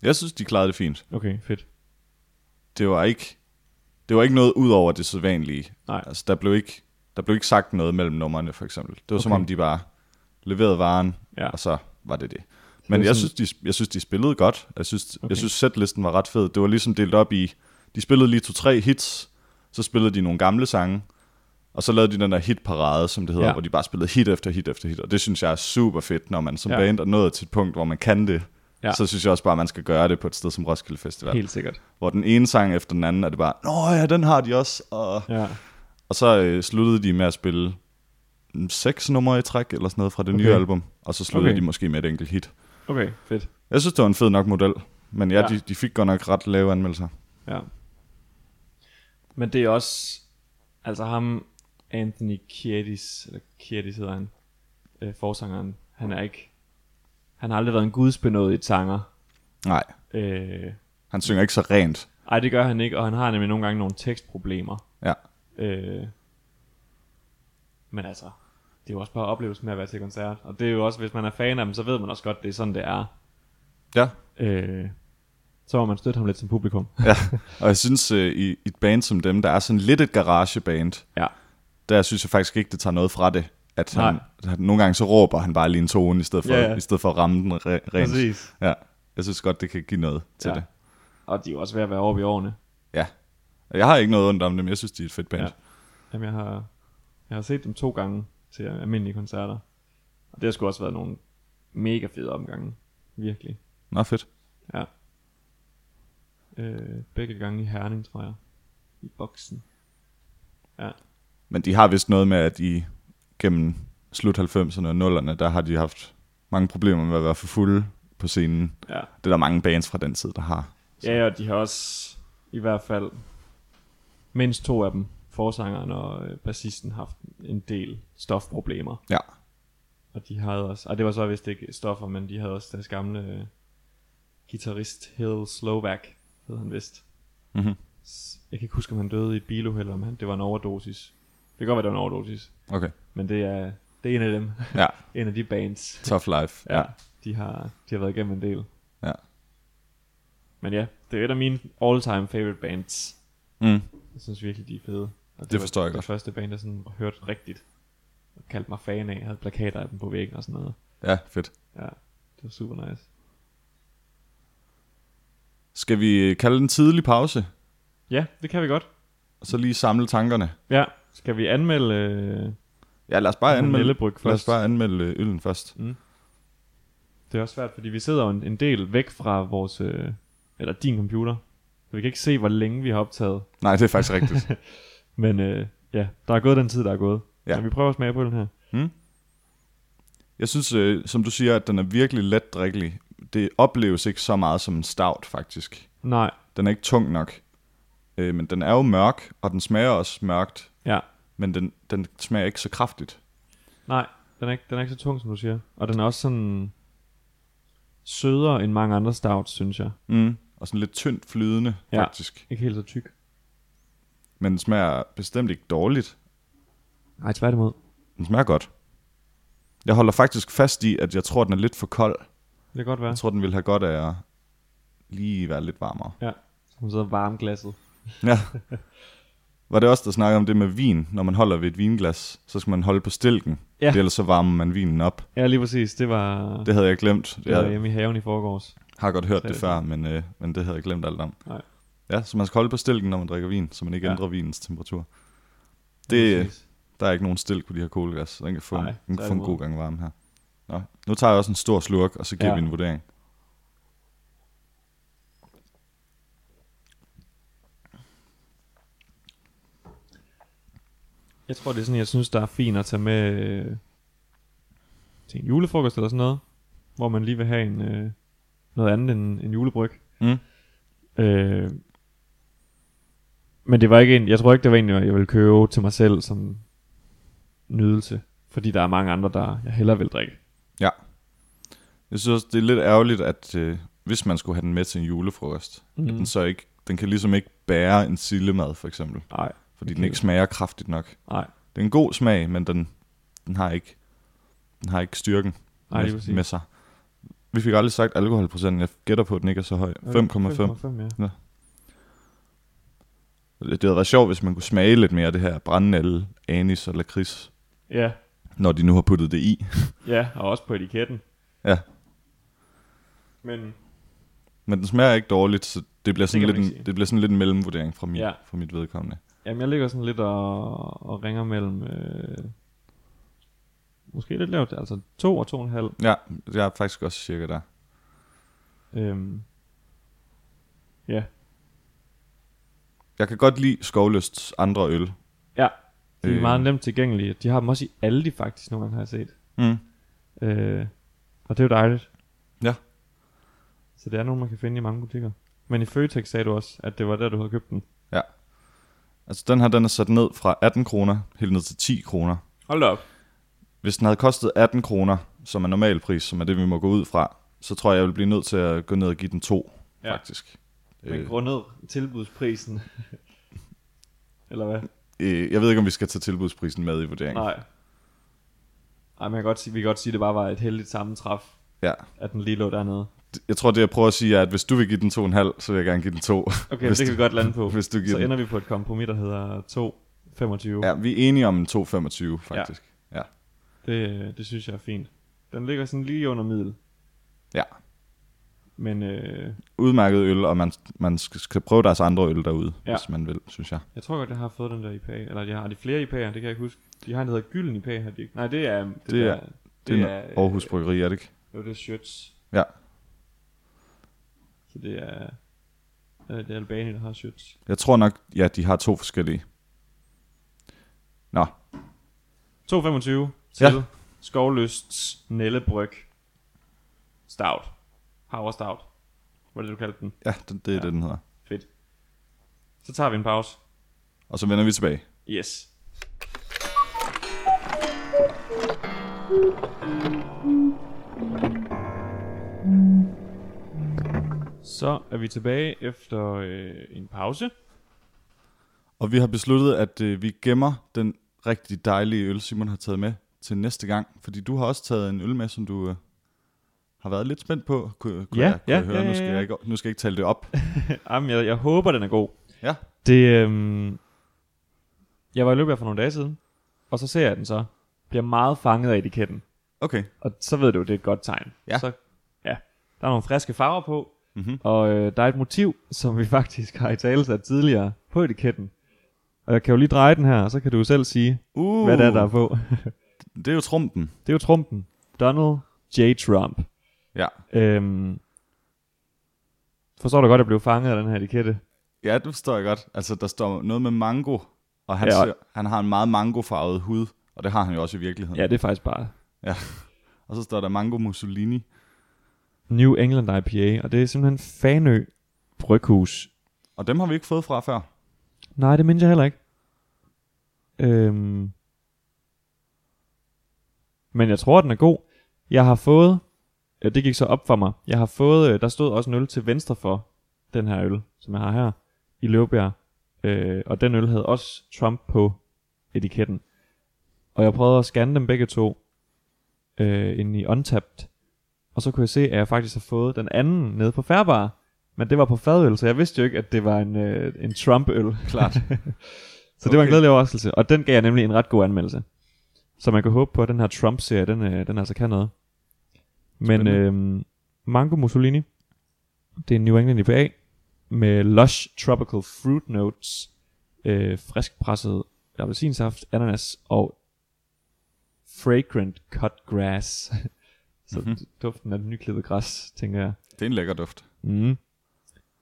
Jeg synes, de klarede det fint.
Okay, fedt.
Det var ikke, det var ikke noget ud over det sædvanlige.
Nej.
Altså, der blev ikke, der blev ikke sagt noget mellem numrene, for eksempel. Det var okay. som
Okay.
om, de bare leverede varen,
Ja.
og så var det det.
det
Men
er
jeg synes,
sådan-
de, jeg synes, de spillede godt. Jeg synes, okay.
Okay.
jeg synes setlisten var ret fed. Det var ligesom delt op i, de spillede lige to-tre hits, så spillede de nogle gamle sange, og så lavede de den der hitparade, som det hedder, ja.
Ja.
hvor de bare spillede hit efter hit efter hit, og det synes jeg er super fedt, når man som ja.
Ja.
band er nået til et punkt, hvor man kan det. Ja.
Ja.
Så synes jeg også bare, at man skal gøre det på et sted som Roskilde Festival
Helt sikkert.
hvor den ene sang efter den anden er det bare, Nå ja, den har de også. Og,
Ja.
og så øh, sluttede de med at spille mm, seks numre i træk, eller sådan noget fra det okay. nye
Okay.
album, og så sluttede okay.
Okay.
de måske med et enkelt hit.
Okay, fedt.
Jeg synes, det var en fed nok model, men ja, ja.
Ja.
De, de fik godt nok ret lave anmeldelser.
Ja. Men det er også... Altså ham, Anthony Kiedis, eller Kiedis hedder han, øh, forsangeren, han er ikke... Han har aldrig været en gudsbenået i sanger.
Nej,
Øh,
han synger ikke så rent.
ej, det gør han ikke, og han har nemlig nogle gange nogle tekstproblemer.
Ja.
Øh, men altså, det er jo også bare oplevelsen med at være til koncert. Og det er jo også, hvis man er fan af dem, så ved man også godt, det er sådan, det er.
Ja,
Øh, så må man støtte ham lidt som publikum.
og jeg synes, øh, i, i et band som dem, der er sådan lidt et garageband,
Ja.
der synes jeg faktisk ikke, det tager noget fra det. At han,
Nej.
han, nogle gange så råber han bare lige en tone, i stedet for,
Ja,
ja,
ja.
I stedet for at ramme den re- rent.
Præcis.
Ja, jeg synes godt, det kan give noget til
Ja.
det.
Og de er jo også ved at være oppe i årene.
Ja. Jeg har ikke noget ondt om dem, jeg synes, de er et fedt band. Ja.
Ja. Jamen, jeg har, jeg har set dem to gange til almindelige koncerter. Og det har sgu også været nogle mega fede omgange. Virkelig.
Nå, fedt.
Ja. Øh, begge gange i Herning, tror jeg. I boksen.
Men de har vist noget med, at i gennem slut 90'erne og 0'erne, der har de haft mange problemer med at være for fulde på scenen.
Ja.
Det er der mange bands fra den tid, der har.
Ja, og de har også i hvert fald mindst to af dem, forsangeren og øh, bassisten, haft en del stofproblemer.
Ja.
Og de havde også, og det var så vist ikke stoffer, men de havde også deres gamle øh, guitarist Hill Slovak, hed han vist.
Mhm.
S- Jeg kan ikke huske, om han døde i et biluheld, eller om han, det var en overdosis. Det kan godt være, det var en overdosis,
Okay.
men det er, det er en af dem,
Ja,
en af de bands.
tough life.
Ja, de har, de har været igennem en del.
Ja.
Men ja, det er et af mine all-time favorite bands.
Mm.
Jeg synes virkelig, de er fede. Og det,
forstår
var
jeg
det
godt.
første band, der sådan hørte rigtigt. Og kaldte mig fan af. Jeg havde plakater af dem på væggen og sådan noget.
ja, fedt.
Ja, det var super nice.
Skal vi kalde den tidlig pause,
Ja, det kan vi godt.
og så lige samle tankerne?
Ja, skal vi anmelde... Øh,
Ja, lad os bare anmelde,
Nellebryg
lad os
først.
bare anmelde øh, øllen først.
Det er også svært, fordi vi sidder jo en, en del væk fra vores... Øh, eller din computer. Så vi kan ikke se, hvor længe vi har optaget.
Nej, det er faktisk rigtigt.
Men øh, ja, der er gået den tid, der er gået.
Ja.
Ja. Men vi prøver at smage på den her.
Jeg synes, øh, som du siger, at den er virkelig let drikkelig. Det opleves ikke så meget som en stout, faktisk.
Nej,
Den er ikke tung nok. Øh, men den er jo mørk, og den smager også mørkt,
ja.
men den, den smager ikke så kraftigt.
Nej, den er, ikke, den er ikke så tung, som du siger. Og den er også sådan... Sødere end mange andre stouts, synes jeg.
Mm. Og sådan lidt tyndt flydende, ja.
Ja.
faktisk.
Ikke helt så tyk.
Men den smager bestemt ikke dårligt.
Nej, tværtimod.
Den smager godt. Jeg holder faktisk fast i, at jeg tror, den er lidt for kold.
Det kan godt være.
Jeg tror, den ville have godt af at lige være lidt varmere.
Hun sidder varm glasset.
Ja. Var det også, der snakkede om det med vin? Når man holder ved et vinglas, så skal man holde på stilken.
Ja.
Ellers så varmer man vinen op.
Ja, lige præcis. Det var, det,
Det havde jeg glemt.
det var
Jeg
hjemme i haven i forgårs.
har godt hørt
Så
det
er
før, men, øh, men det havde jeg glemt alt om.
Nej.
Ja, så man skal holde på stilken, når man drikker vin, så man ikke ja.
Ja.
ændrer vinens temperatur. Det,
Præcis.
der er ikke nogen stilk på de her kåleglas, så den kan få,
Nej,
Nej, den kan få en
tværtimod.
god gang varme her. Nå, nu tager jeg også en stor slurk, og så giver
Ja.
ja. vi en vurdering.
Jeg tror, det er sådan, jeg synes, der er fint at tage med øh, til en julefrokost eller sådan noget, hvor man lige vil have en, øh, noget andet end en julebryg.
Mm.
Øh, men det var ikke en, jeg tror ikke, det var en, jeg ville købe til mig selv som nydelse, fordi der er mange andre, der jeg hellere vil drikke.
Jeg synes også, det er lidt ærgerligt, at øh, hvis man skulle have den med til en julefrokost, mm. at den så ikke, den kan ligesom ikke bære en sillemad for eksempel,
Nej,
fordi
Okay.
den ikke smager kraftigt nok.
nej,
Det er en god smag, men den, den har ikke den har ikke styrken
nej, det vil
med, med
sige.
sig. Vi fik aldrig sagt alkoholprocenten. Jeg gætter på, at den ikke er så høj. 5,5. Det
5,5, ja.
havde været sjovt, hvis man kunne smage lidt mere af det her brændenælde, anis og lakrids,
Ja,
når de nu har puttet det i.
ja, og også på etiketten.
Ja.
Men
Men den smager ikke dårligt, så det bliver sådan,
kan man
lidt,
ikke sige.
en, det bliver sådan lidt en mellemvurdering fra, min,
Ja.
ja. fra mit vedkommende.
Jamen, jeg ligger sådan lidt og, og ringer mellem... Øh, måske lidt lavt, altså 2 og to og en halv.
Ja, jeg er faktisk også cirka der.
Øhm, ja,
Jeg kan godt lide Skovløsts andre øl.
de er
Øh.
meget nemt tilgængelige. De har dem også i Aldi faktisk, nogle gange har jeg set.
Mm.
Øh, og det er jo dejligt.
Ja.
Så det er nogen, man kan finde i mange butikker. Men i Føtex sagde du også, at det var der, du havde købt den.
Altså den her, den er sat ned fra 18 kroner, helt ned til 10 kroner.
Hold op.
Hvis den havde kostet 18 kroner, som er normalpris, som er det, vi må gå ud fra, så tror jeg, jeg vil blive nødt til at gå ned og give den to,
Ja.
ja. faktisk.
Men
Øh,
grundet tilbudsprisen. Eller hvad?
øh, jeg ved ikke, om vi skal tage tilbudsprisen med i vurderingen.
Nej. Ej, men jeg kan godt sige, vi kan godt sige, at det bare var et heldigt sammentræf,
Ja.
at den lige lå dernede.
Jeg tror, det jeg prøver at sige er, at hvis du vil give den to og en halv, så vil jeg gerne give den to.
Okay,
Hvis
det kan
du-
vi godt lande på.
hvis du giver
Så
den.
ender vi på et kompromis, der hedder 2,25.
Ja, vi er enige om en 2,25 faktisk. Ja. ja.
Det, det synes jeg er fint. Den ligger sådan lige under middel.
Ja.
Men øh,
Udmærket øl, og man, man skal, skal prøve deres andre øl derude,
Ja.
ja. hvis man vil, synes jeg.
jeg tror godt, jeg har fået den der IPA. Eller jeg har de flere IPA'er, det kan jeg ikke huske. De har en, der hedder Gylden IPA. Har de ikke? Nej, det er... Det,
Det er-
der,
Det, det er en Aarhus Bryggeri, er det ikke?
Øh, det er Schütz.
Ja.
Så det er... Øh, det er Albanien, der har Schütz.
Jeg tror nok, ja, de har to forskellige.
225 til
Ja.
ja. Skovløsts Nellebryg Stout. Havre Stout. Hvad er det, du kaldte den?
Ja, det, det er
Ja.
ja. det, den hedder.
Så tager vi en pause.
Og så vender vi tilbage.
Yes. Så er vi tilbage efter øh, en pause.
Og vi har besluttet, at øh, vi gemmer den rigtig dejlige øl, Simon har taget med til næste gang. Fordi du har også taget en øl med, som du øh, har været lidt spændt på. Kunne, kunne
Ja,
jeg, kunne
ja,
jeg høre.
ja, ja,
Nu, skal
ja.
jeg ikke, nu skal jeg ikke tale det op.
Jamen, jeg, jeg håber, den er god.
Ja.
Det, øhm, jeg var i løbet af for nogle dage siden, og så ser jeg den så. Bliver meget fanget af etiketten.
Okay.
Og så ved du, det er et godt tegn.
Ja.
Så, ja. Der er nogle friske farver på,
Mm-hmm.
og øh, der er et motiv, som vi faktisk har i tale sat tidligere på etiketten. Og jeg kan jo lige dreje den her, og så kan du jo selv sige,
Uh,
hvad det er, der er på.
Det er jo trumpen.
det er jo trumpen. Donald J. Trump.
Ja.
Øhm, forstår du godt, at jeg blev fanget af den her etikette?
Ja, det forstår jeg godt. Altså, der står noget med mango, og han,
Ja.
ja. ser, han har en meget mangofarvet hud, og det har han jo også i virkeligheden.
Ja, det er faktisk bare
Og så står der mango Mussolini.
New England IPA, og det er simpelthen Fanø Bryghus.
Og dem har vi ikke fået fra før.
Nej, det mindes jeg heller ikke. Øhm. Men jeg tror, den er god. Jeg har fået, ja, det gik så op for mig, jeg har fået, øh, der stod også en øl til venstre for den her øl, som jeg har her, i Løvbjerg. Øh, og den øl havde også Trump på etiketten. Og jeg prøvede at scanne dem begge to øh, inde i Untapped. Og så kunne jeg se, at jeg faktisk har fået den anden nede på Færbar. Men det var på fadøl, så jeg vidste jo ikke, at det var en, øh, en Trump-øl.
Klart.
Så det var en
Okay.
glædelig overraskelse, og den gav jeg nemlig en ret god anmeldelse. Så man kan håbe på, at den her Trump-serie, den, øh, den altså kan noget. Men øh, Mango Mussolini, det er en New England IPA med lush tropical fruit notes, øh, frisk presset appelsinsaft, ananas og fragrant cut grass. Så mm-hmm. duften af den nyklippede græs, tænker jeg.
Det er en lækker duft.
Mm.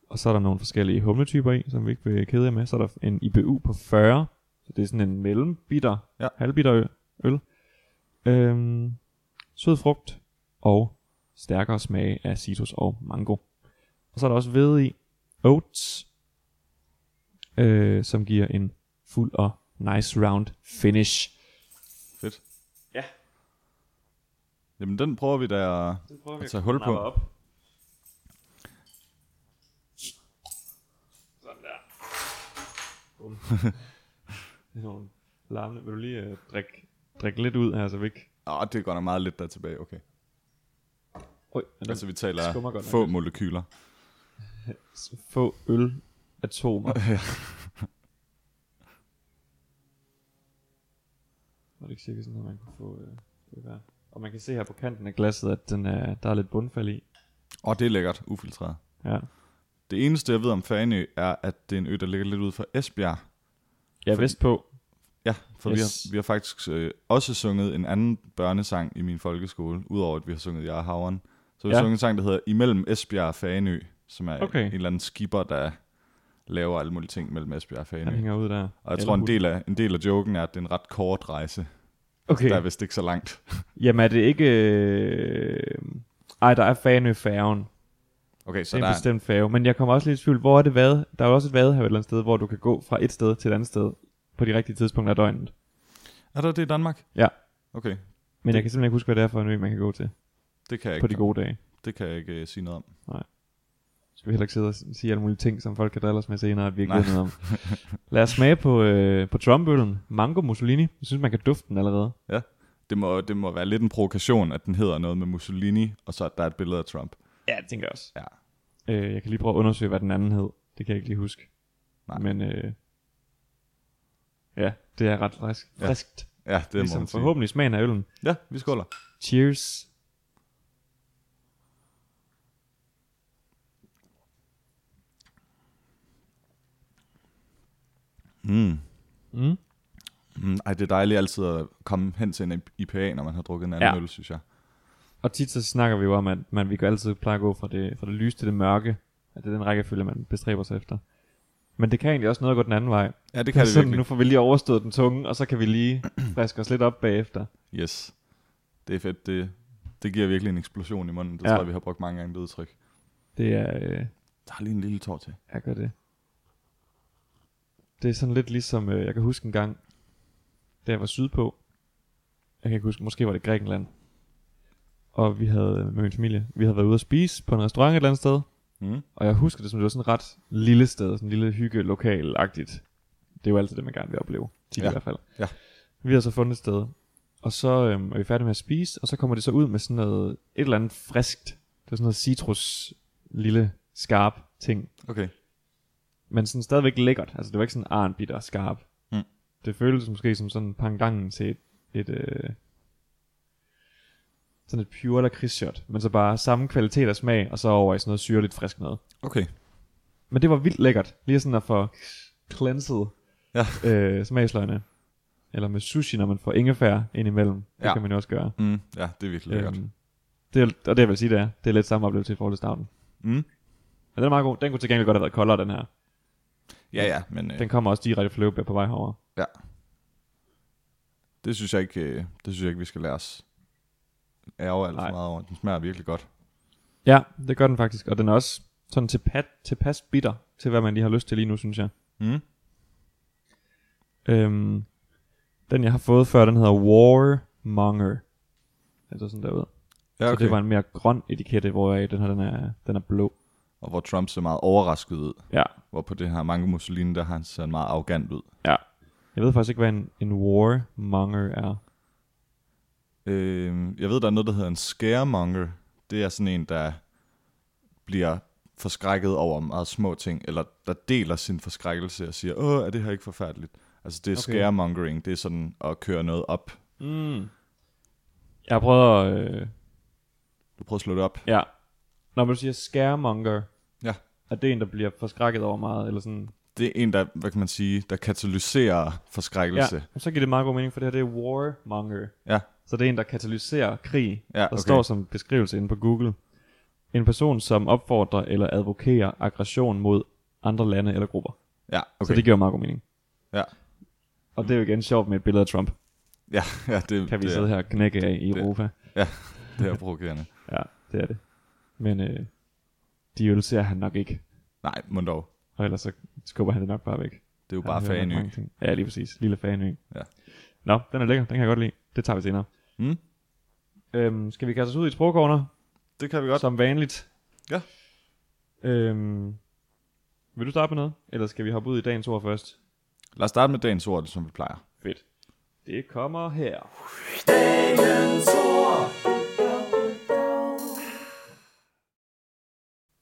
Og så er der nogle forskellige humletyper i, som vi ikke vil kede jer med. Så er der en IBU på 40, så det er sådan en mellembitter,
Ja.
ja. halvbitter ø- øl. Øhm, sød frugt og stærkere smage af citrus og mango. Og så er der også ved i oats, øh, som giver en fuld og nice round finish.
Fedt.
Ja.
Jamen, den prøver vi da...
Den prøver
vi at tage Altså, hul på. knappe op.
Sådan der. Bum. det er nogle larmende. Vil du lige øh, drikke, drikke lidt ud her, så vi ikke...
Åh, det er godt nok meget lidt, der er tilbage, okay.
Øj, den
Altså, vi
skummer
taler
godt nok
få
lidt.
molekyler.
få øl atomer. Var det ikke cirka sådan, at man kunne få... Øh, det der? og man kan se her på kanten af glasset, at den er, der er lidt bundfald i.
Åh, det er lækkert, ufiltreret.
Ja.
Det eneste, jeg ved om Fanø, er, at det er en ø, der ligger lidt ud for Esbjerg.
Ja, vest på.
Ja, for yes. vi,
Yes.
har, vi har faktisk øh, også sunget en anden børnesang i min folkeskole, udover at vi har sunget Jeg er havren. Så vi har
Ja.
sunget en sang, der hedder Imellem Esbjerg og Fanø, som er okay.
Okay.
en eller anden skipper, der laver alle mulige ting mellem Esbjerg og
Han
Fanø.
hænger ud der.
Og jeg tror, en
Ellerud.
del, af, en del af joken er, at det er en ret kort rejse.
Okay.
Der er vist ikke så langt.
Jamen er det ikke... Øh... Ej, der er Fanø-færgen.
Okay,
Det er
så
en
der er,
bestemt færge. Men jeg kommer også lidt i tvivl. Hvor er det vade? Der er jo også et vadehav et eller andet sted, hvor du kan gå fra et sted til et andet sted på de rigtige tidspunkter af døgnet.
er der det i Danmark?
Ja.
Okay,
Men jeg kan simpelthen ikke huske, hvad det er for en ø, man kan gå til
det kan jeg
på
ikke,
de gode dage.
det kan jeg ikke øh, sige noget om.
Så skal vi heller ikke sidde og s- sige alle mulige ting, som folk kan drille os med senere, at vi ikke
Nej.
ved noget om. Lad os smage på, øh, på trombøllen. Mango Mussolini. Jeg synes, man kan dufte den allerede.
Det må, det må være lidt en provokation, at den hedder noget med Mussolini, og så at der er et billede af Trump.
Ja, det tænker jeg også.
Ja.
Øh, jeg kan lige prøve at undersøge, hvad den anden hed. Det kan jeg ikke lige huske.
Nej.
Men øh, ja, det er ret frisk.
Ja,
friskt. Ja,
Ja, det må
ligesom
man sige.
forhåbentlig smagen af øllen.
Ja, vi skåler.
Cheers.
Mm.
Mm.
Mm, ej, det er dejligt altid at komme hen til en IPA, når man har drukket en anden ja.
Ja.
øl, synes jeg.
Og tit så snakker vi jo om, at man, vi kan altid plejer at gå fra det, fra det lyse til det mørke. At det er den rækkefølge, man bestræber sig efter. Men det kan egentlig også noget at gå den anden vej.
Ja, det
Det
kan
er
det
sådan,
virkelig.
nu får vi lige overstået den tunge, og så kan vi lige friske os lidt op bagefter.
Nu. Yes. Det er fedt. Det, det giver virkelig en eksplosion i munden. Det ja.
Ja.
tror jeg, vi har brugt mange gange det udtryk.
Det er, øh,
Der er lige en lille tår til.
jeg gør det. Det er sådan lidt ligesom, øh, jeg kan huske en gang, da jeg var sydpå. Jeg kan ikke huske, måske var det Grækenland. Og vi havde, øh, med min familie, vi havde været ude at spise på en restaurant et eller andet sted.
Mm.
Og jeg husker det som, det var sådan et ret lille sted, sådan en lille hygge lokal-agtigt. Det er jo altid det, man gerne vil opleve. Tit
Ja.
i hvert fald.
Ja.
Vi har så fundet et sted, og så øhm, er vi færdige med at spise, og så kommer det så ud med sådan noget, et eller andet friskt. Det er sådan noget citrus, lille, skarp ting.
Okay.
Men sådan stadigvæk lækkert. Altså det var ikke sådan arnbitter skarp.
Mm.
Det føltes måske som sådan pangdangen til et, et øh, sådan et pure lakridsshot. Men så bare samme kvalitet af smag, og så over i sådan noget syrligt frisk noget.
Okay.
Men det var vildt lækkert. Lige sådan at få cleanset
Ja.
øh, smagsløgene. Eller med sushi, når man får ingefær ind imellem. Det
Ja.
ja. kan man jo også gøre.
Mm. Ja, det er virkelig lækkert.
Øhm, det er, og det jeg vil sige, det er, det er lidt samme oplevelse i forhold til stavnen.
Mm.
Men den er meget god. Den kunne til gengæld godt have været koldere, den her.
Ja, ja, men øh,
Den kommer også direkte fra Løvebjerg på vej herover.
det synes jeg ikke, øh, det synes jeg ikke, vi skal lade os ærge alt for
Nej.
meget over. Den smager virkelig godt.
Ja, det gør den faktisk. Og den er også sådan tilpas, tilpas bitter til, hvad man lige har lyst til lige nu, synes jeg.
Mm.
Øhm, den, jeg har fået før, den hedder Warmonger. Altså sådan derud.
Ja,
Så
okay.
det var en mere grøn etikette, hvor jeg, den her den er, den er blå.
Og hvor Trump ser meget overrasket ud.
Ja.
Hvor på det her mange Mussolini, der har han ser meget arrogant ud.
Jeg ved faktisk ikke, hvad en, en warmonger er.
Øh, jeg ved, der er noget, der hedder en scaremonger. Det er sådan en, der bliver forskrækket over meget små ting, eller der deler sin forskrækkelse og siger, åh, er det her ikke forfærdeligt? Altså, det er okay.
Okay.
scaremongering. Det er sådan at køre noget op.
Mm. Jeg har prøvet at... Øh,
Du prøver at slå det op.
ja. Når man siger scaremonger,
Ja.
er det en, der bliver forskrækket over meget, eller sådan...
det er en, der, hvad kan man sige, der katalyserer forskrækkelse.
Ja, så giver det meget god mening, for det her det er warmonger.
Ja.
Så det er en, der katalyserer krig,
Ja,
der
okay.
står som beskrivelse inde på Google. En person, som opfordrer eller advokerer aggression mod andre lande eller grupper. Okay.
Ja, okay.
Så det giver meget god mening.
Ja.
Og det er jo igen sjovt med et billede af Trump,
ja, ja, det,
kan vi
det,
sidde
er,
her og knække af i
det-
Europa.
det er provokerende.
Ja, det er det. Men øh, de øl ser han nok ikke,
Nej, må dog.
og ellers så skubber han det nok bare væk.
Det er jo bare
Han hører nok
fanø.
mange ting. Ja, lige præcis. Lille fanø.
Ja.
Nå, den er lækker. Den kan jeg godt lide. Det tager vi senere.
Mm.
Øhm, skal vi kaste os ud i et sprogcorner?
Det kan vi godt.
Som vanligt.
Ja.
Øhm, vil du starte med noget? Eller skal vi hoppe ud i dagens ord først?
Lad os starte med dagens ord, som vi plejer.
Fedt. Det kommer her.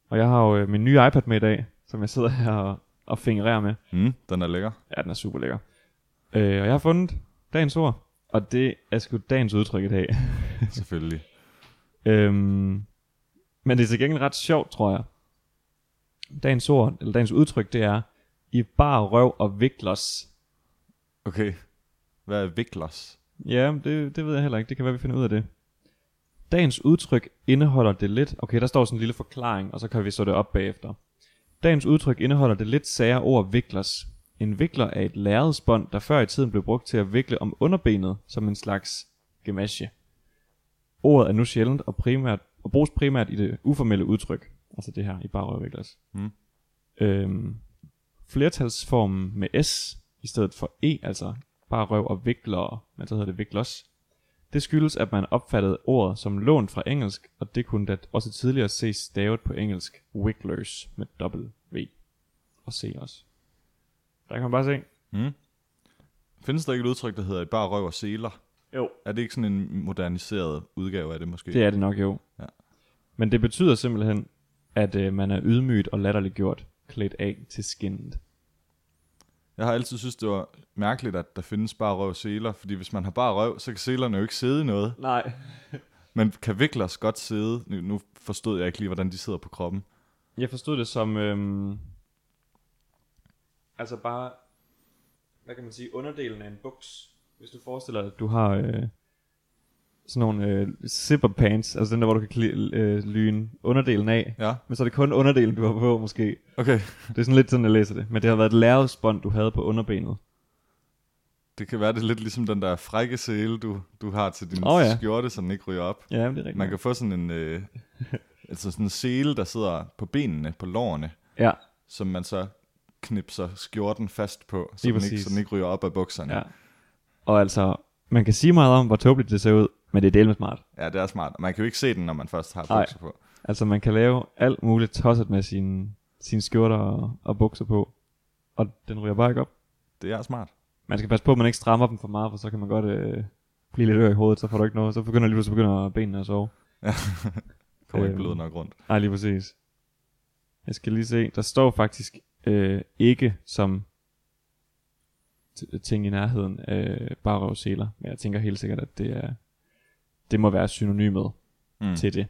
Og jeg har jo øh, min nye iPad med i dag, som jeg sidder her og, og fingerer med.
Mm, den er lækker.
Ja, den er super lækker. Øh, og jeg har fundet dagens ord, og det er sgu dagens udtryk i dag.
Selvfølgelig.
øhm, men det er til gengæld ret sjovt, tror jeg. Dagens ord, eller dagens udtryk, det er, I bar røv og viklers.
Okay. Hvad er viklers?
Ja, det, det ved jeg heller ikke. Det kan være, vi finder ud af det. Dagens udtryk indeholder det lidt... Okay, der står sådan en lille forklaring, og så kan vi så det op bagefter. Dagens udtryk indeholder det lidt sære ord viklers. En vikler er et lærredsbånd, der før i tiden blev brugt til at vikle om underbenet som en slags gemasje. Ordet er nu sjældent og, primært, og bruges primært i det uformelle udtryk. Altså det her i bare viklers.
Mm.
Øhm, flertalsformen med S i stedet for E, altså bare røv og viklere, men så hedder det viklos. Det skyldes, at man opfattede ordet som lånt fra engelsk, og det kunne da også tidligere ses stavet på engelsk wigglers med dobbelt V og C også. Der kan man bare se.
Findes der ikke et udtryk, der hedder i bare røv og seler?
Jo.
Er det ikke sådan en moderniseret udgave af det måske?
Det er det nok jo.
Ja.
Men det betyder simpelthen, at øh, man er ydmygt og latterliggjort, klædt af til skinnet.
Jeg har altid synes det var mærkeligt, at der findes bare røv og seler, fordi hvis man har bare røv, så kan selerne jo ikke sidde i noget.
Nej.
Men kan viklers godt sidde? Nu- Nu forstod jeg ikke lige, hvordan de sidder på kroppen.
Jeg forstod det som... Øhm, altså bare... Hvad kan man sige? Underdelen af en buks. Hvis du forestiller dig, at du har... Øh, sådan nogle øh, zipper pants. Altså den der, hvor du kan kli- øh, lyne underdelen af.
Ja,
Men så er det kun underdelen, du har på, måske.
okay.
Det er sådan lidt sådan, jeg læser det. Men det har været et lærredsbånd, du havde på underbenet.
Det kan være, det er lidt ligesom den der frække sele, du, du har til din
Åh,
oh,
ja.
ja. skjorte, så den ikke ryger op.
Ja, men det er rigtigt.
Man kan få sådan en, øh, altså sådan en sele, der sidder på benene, på lårene,
Ja,
som man så knipser skjorten fast på, så
Lige
den, ikke,
præcis.
så den ikke ryger op af bukserne.
ja. Og altså, man kan sige meget om, hvor tåbeligt det ser ud, men det er delvis smart.
ja, det er smart. Og Man kan jo ikke se den, når man først har
Nej.
bukser på.
Altså, man kan lave alt muligt tosset med sine, sine skjorter og, og bukser på, og den ryger bare ikke op.
Det er smart.
Man skal passe på, at man ikke strammer dem for meget, for så kan man godt øh, blive lidt ør i hovedet, så får du ikke noget. Så begynder lige pludselig begynder benene at sove.
Kommer ikke
Øhm.
blød nok rundt.
Nej, lige præcis. Jeg skal lige se. Der står faktisk øh, ikke som t- ting i nærheden øh, bare røvseler, men jeg tænker helt sikkert, at det er det må være synonymet
Mm.
mm. til det.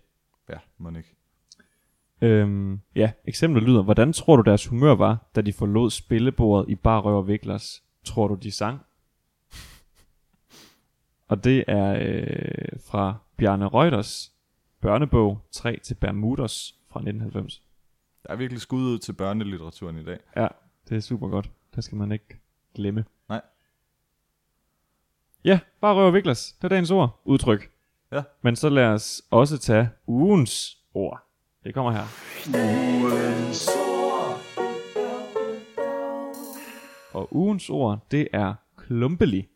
Ja, må den ikke.
Øhm, ja, eksemplet lyder, hvordan tror du deres humør var, da de forlod spillebordet i Bar Røv og Viklers? Tror du, de sang? og det er øh, fra Bjarne Reuters børnebog 3 til Bermudas fra 1990.
Der er virkelig skud ud til børnelitteraturen i dag.
Ja, det er super godt. Det skal man ikke glemme.
Nej.
Ja, Bar Røv og Viklers. Det er dagens ord. Udtryk.
Ja.
Men så lad os også tage ugens ord. Det kommer her. Og ugens ord, det er klumpelig.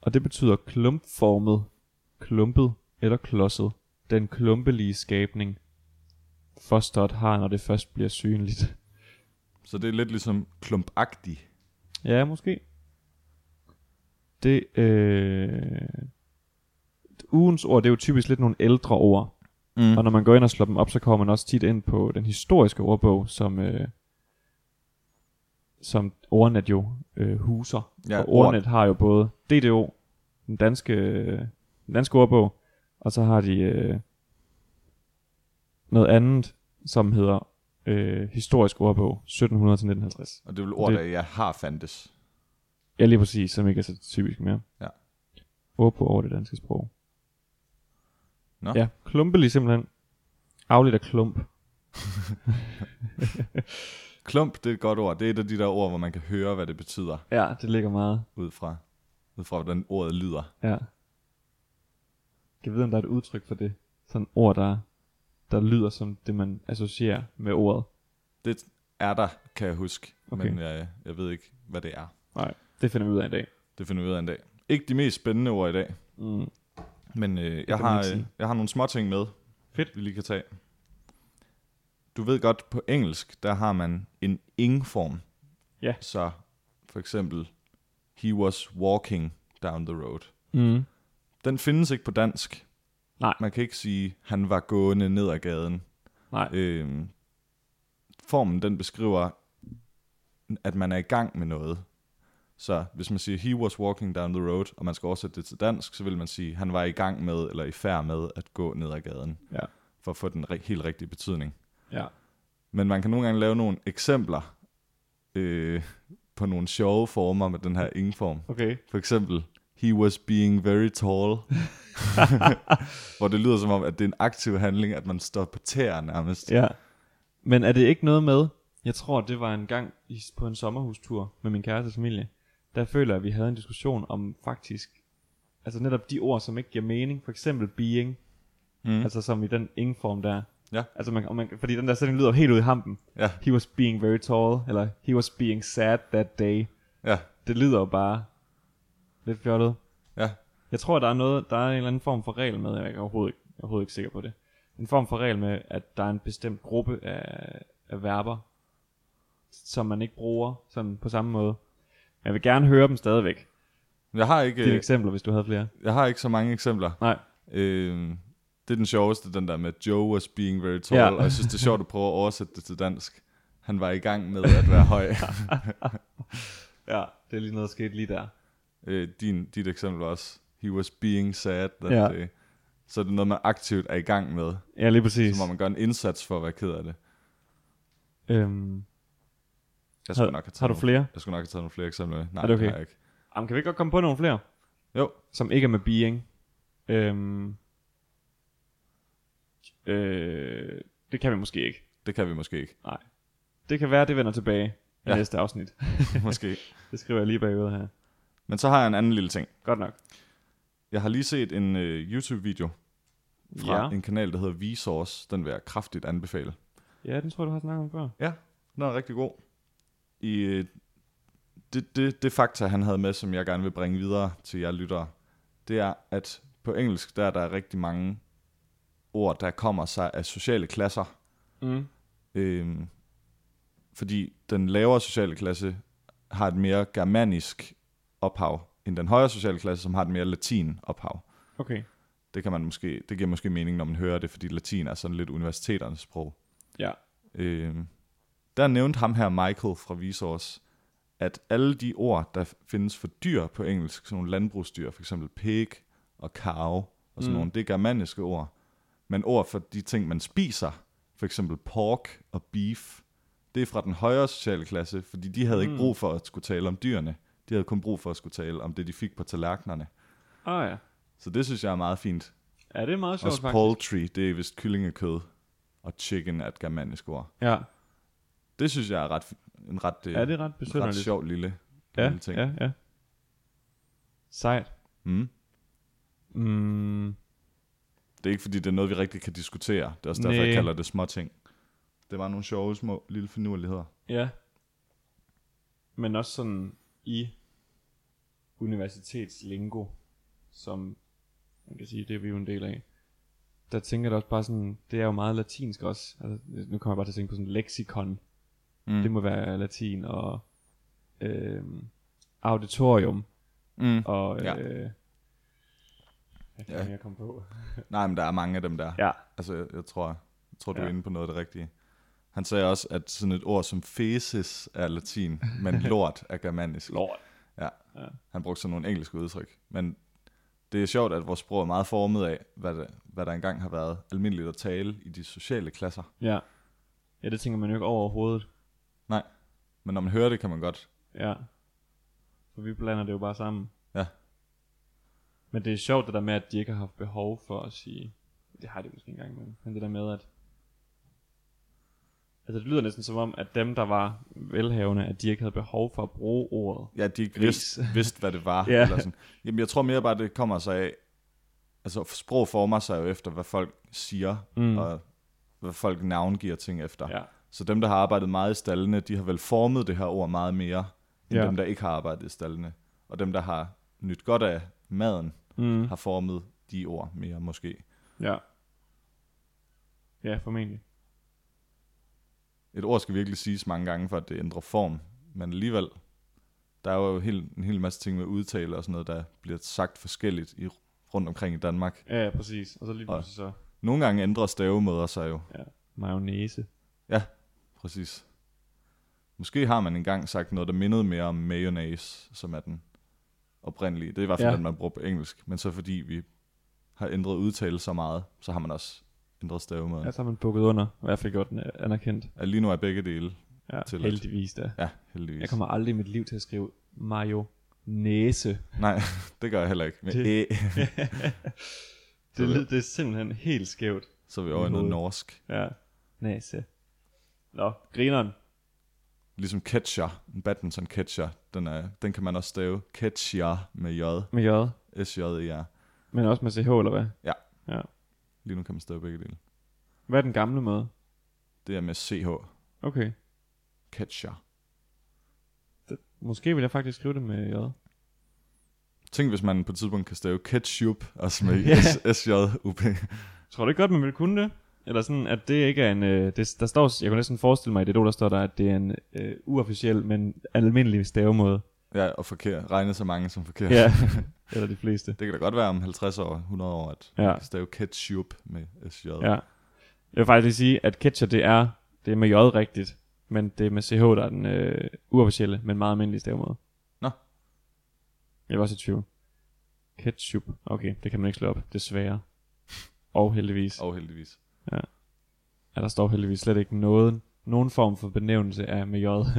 Og det betyder klumpformet, klumpet eller klodset. Den klumpelige skabning, fosteret har, når det først bliver synligt.
Så det er lidt ligesom klumpagtig.
Ja, måske. Det, øh... Ugens ord, det er jo typisk lidt nogle ældre ord.
Mm.
Og når man går ind og slår dem op, så kommer man også tit ind på den historiske ordbog, som, øh, som ordnet jo øh, huser.
Ja,
og ordnet har jo både DDO, den danske, øh, den danske ordbog, og så har de øh, noget andet, som hedder øh, historisk ordbog, 1700-1950.
Og det er vel ord,
Det-
der jeg har fandtes.
Ja, lige præcis, som ikke er så typisk mere.
Ja.
Ordbog over det danske sprog.
Nå.
Ja, klumpelig simpelthen. Afledt af klump.
Klump, det er et godt ord. Det er et af de der ord, hvor man kan høre, hvad det betyder,
Ja, det ligger meget.
ud fra, ud fra hvordan ordet lyder.
Ja. Kan vide, om der er et udtryk for det? Sådan ord, der, der lyder som det, man associerer med ordet.
Det er der, kan jeg huske, okay.
Okay.
men jeg, jeg ved ikke, hvad det er.
Nej, det finder vi ud af i dag.
Det finder vi ud af en dag. Ikke de mest spændende ord i dag,
Mm.
men øh, jeg,
kan man ikke
har, øh,
sige.
jeg har nogle små ting med,
Fedt.
vi lige kan tage. Du ved godt, på engelsk, der har man en ing-form.
Ja.
Så for eksempel, he was walking down the road.
Mm.
Den findes ikke på dansk.
Nej.
Man kan ikke sige, han var gående ned ad gaden.
Nej.
Øhm, formen, den beskriver, at man er i gang med noget. Så hvis man siger, he was walking down the road, og man skal oversætte det til dansk, så vil man sige, han var i gang med, eller i færd med, at gå ned ad gaden.
Ja.
For at få den ri- helt rigtige betydning.
Ja.
Men man kan nogle gange lave nogle eksempler øh, på nogle sjove former med den her ingen-form.
Okay.
For eksempel, he was being very tall. Hvor det lyder som om, at det er en aktiv handling, at man står på tæer nærmest.
Ja. Men er det ikke noget med, jeg tror, det var en gang i- på en sommerhustur med min kæreste familie, der føler jeg, at vi havde en diskussion om faktisk, altså netop de ord, som ikke giver mening, for eksempel being,
Mm.
mm. altså som i den ingen form der. er.
Ja.
Altså man, og man, fordi den der sætning lyder helt ud i hampen.
Ja.
He was being very tall, eller he was being sad that day.
Ja,
Det lyder jo bare lidt fjollet.
ja.
Jeg tror, der er noget, der er en eller anden form for regel med, jeg er overhovedet ikke, jeg er overhovedet ikke sikker på det. En form for regel med, at der er en bestemt gruppe af, af verber, som man ikke bruger sådan på samme måde. Jeg vil gerne høre dem stadigvæk.
Jeg har
Dine
ikke,
eksempler, hvis du havde flere.
jeg har ikke så mange eksempler.
Øh. Nej.
Øhm, det er den sjoveste, den der med Joe was being very tall, ja.
Ja.
og jeg synes, det er sjovt at prøve at oversætte det til dansk. Han var i gang med at være høj.
Ja, det er lige noget, der skete lige der.
øh, din, dit eksempel var også, he was being sad that ja.
Ja.
day. Så det er noget, man aktivt er i gang med,
Ja, lige præcis.
så må man gøre en indsats for at være ked af det.
Øhm,
Jeg
Har-
skulle nok have taget
har du
nogle-
flere?
Jeg skulle nok have taget nogle flere eksempler med. Nej,
Er det
det har
okay?
jeg ikke.
jamen, kan vi ikke godt komme på nogle flere,
Jo,
som ikke er med being? Øhm, øh, det kan vi måske ikke.
det kan vi måske ikke.
Nej. Det kan være, det vender tilbage i
Ja.
ja. næste afsnit.
Måske.
Det skriver jeg lige bagud her.
Men så har jeg en anden lille ting.
Godt nok.
Jeg har lige set en øh, YouTube-video fra ja.
Ja.
en kanal, der hedder Vsauce. Den vil jeg kraftigt anbefale.
Ja, den tror jeg, du har snakket om før.
Den er rigtig god. I, øh, det, det, det fakta, han havde med, som jeg gerne vil bringe videre til jer lyttere, det er, at på engelsk, der er der rigtig mange ord, der kommer sig af sociale klasser.
Mm.
Øhm, fordi den lavere sociale klasse har et mere germanisk ophav, end den højere sociale klasse, som har et mere latin ophav.
Okay.
Det, kan man måske, det giver måske mening, når man hører det, fordi latin er sådan lidt universiteternes sprog.
Ja.
Øhm, der nævnte ham her, Michael fra Vsauce, at alle de ord, der findes for dyr på engelsk, sådan nogle landbrugsdyr, for eksempel pig og cow og sådan mm.
Mm.
nogle, det er germaniske ord. Men ord for de ting, man spiser, for eksempel pork og beef, det er fra den højere sociale klasse, fordi de havde ikke
Mm.
brug for at skulle tale om dyrene. De havde kun brug for at skulle tale om det, de fik på tallerkenerne.
Åh oh, ja.
Så det synes jeg er meget fint.
Ja, det er meget sjovt,
Også
faktisk.
poultry, det er vist kyllingekød, og chicken er et germanisk ord.
Ja.
Det synes jeg er ret, en ret, øh,
ja, det er ret
en ret
besynderligt.
sjov lille,
ja,
lille ting.
ja, ja. Sejt.
Mm.
Mm.
Det er ikke, fordi det er noget, vi rigtig kan diskutere. Det er også derfor,
Næ.
jeg kalder det små ting. Det var nogle sjove små lille finurligheder.
Ja. Men også sådan i universitetslingo, som man kan sige, det er vi jo en del af. Der tænker jeg da også bare sådan, det er jo meget latinsk også. Altså, nu kommer jeg bare til at tænke på sådan lexikon.
Mm.
Det må være latin og øh, auditorium
Mm.
og... Øh,
Ja.
ja. Hvad
Ja.
kan jeg komme på?
Nej, men der er mange af dem der.
Ja.
Altså, jeg, jeg tror, jeg tror du
Ja.
er inde på noget af det rigtige. Han sagde også, at sådan et ord som feces er latin, men lort er germanisk.
Lort.
Han brugte sådan nogle engelske udtryk. Men det er sjovt, at vores sprog er meget formet af, hvad, det, hvad der engang har været almindeligt at tale i de sociale klasser.
Ja. Ja, det tænker man jo ikke over overhovedet.
Men når man hører det, kan man godt.
Ja. For vi blander det jo bare sammen.
Ja.
Men det er sjovt det der med, at de ikke har haft behov for at sige... Det har de måske ikke engang, men- men det der med, at... Altså det lyder næsten som om, at dem, der var velhavende, at de ikke havde behov for at bruge ordet.
Ja, de ikke
Gris.
vidste, vidste, hvad det var.
Ja.
ja. eller sådan. Jamen, jeg tror mere bare, det kommer sig af... Altså, sprog former sig jo efter, hvad folk siger,
Mm.
mm. og hvad folk navngiver ting efter.
Ja.
Så dem, der har arbejdet meget i stallene, de har vel formet det her ord meget mere, end
Ja.
ja. dem, der ikke har arbejdet i stallene. Og dem, der har nyt godt af maden,
Mm.
har formet de ord mere måske.
Ja. Ja, formentlig.
Et ord skal virkelig siges mange gange, for at det ændrer form. Men alligevel, der er jo helt, en hel masse ting med udtale og sådan noget, der bliver sagt forskelligt i, rundt omkring i Danmark.
Ja, ja, præcis. Og så lige
Og-
pludselig så...
Nogle gange ændrer stavemåder sig jo.
Ja. Mayonnaise.
Præcis. Måske har man engang sagt noget, der mindede mere om mayonnaise, som er den oprindelige. Det er i hvert fald,
Ja.
ja. den, man bruger på engelsk. Men så fordi vi har ændret udtale så meget, så har man også ændret stavemåden.
Ja, så har man bukket under. Og jeg fik godt den øh, anerkendt.
Ja. Lige nu er begge dele.
Ja,
Tilladt.
heldigvis da.
Ja, heldigvis.
Jeg kommer aldrig i mit liv til at skrive mayo næse.
Nej, det gør jeg heller ikke. Men
Det-
det... æ,
Det, lyd, det er simpelthen helt skævt.
så er vi over i noget
Hovedet.
norsk.
Ja. Næse. Nå, grineren.
Ligesom catcher, en badminton catcher, den, er, den kan man også stave catcher med j,
Med J.
s j -E r
Men også med CH, eller hvad?
Ja.
ja.
Lige nu kan man stave begge dele.
Hvad er den gamle måde?
Det er med ch,
Okay.
catcher.
Måske vil jeg faktisk skrive det med J.
Tænk, hvis man på et tidspunkt kan stave ketchup, altså med
Ja.
S- S-J-U-P.
Tror du ikke godt, man ville kunne det? Eller sådan, at det ikke er en... Øh, det, der står, jeg kunne næsten forestille mig i det der står der, at det er en øh, uofficiel, men almindelig stavemåde.
Ja, og forkert. Regne så mange som forkert.
Ja. eller de fleste.
Det kan da godt være om 50 år, 100 år, at
Ja.
man kan stave ketchup med S-J.
Ja. Jeg vil faktisk lige sige, at ketcher, det er, det er med J rigtigt, men det er med CH, der er den øh, uofficielle, men meget almindelige stavemåde.
Nå.
Jeg var også i tvivl. Ketchup. Okay, det kan man ikke slå op, desværre. Og heldigvis.
Og heldigvis.
Ja, der står heldigvis slet ikke noget, nogen form for benævnelse af med J.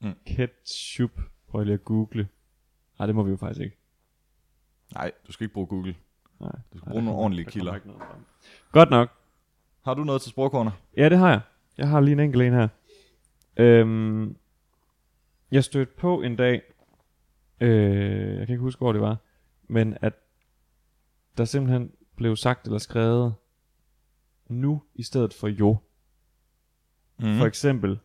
Mm.
Ketchup. Prøv lige at google. Nej, det må vi jo faktisk ikke.
Nej, du skal ikke bruge Google.
Nej.
Du skal
Nej,
bruge
der
nogle
kommer-
ordentlige
der
kilder.
kommer ikke noget frem. Godt nok.
Har du noget til sprogkorner?
Ja, det har jeg. Jeg har lige en enkelt en her. Øhm, jeg stødte på en dag, øh, jeg kan ikke huske, hvor det var, men at der simpelthen blev sagt eller skrevet nu i stedet for jo. Mm. For eksempel,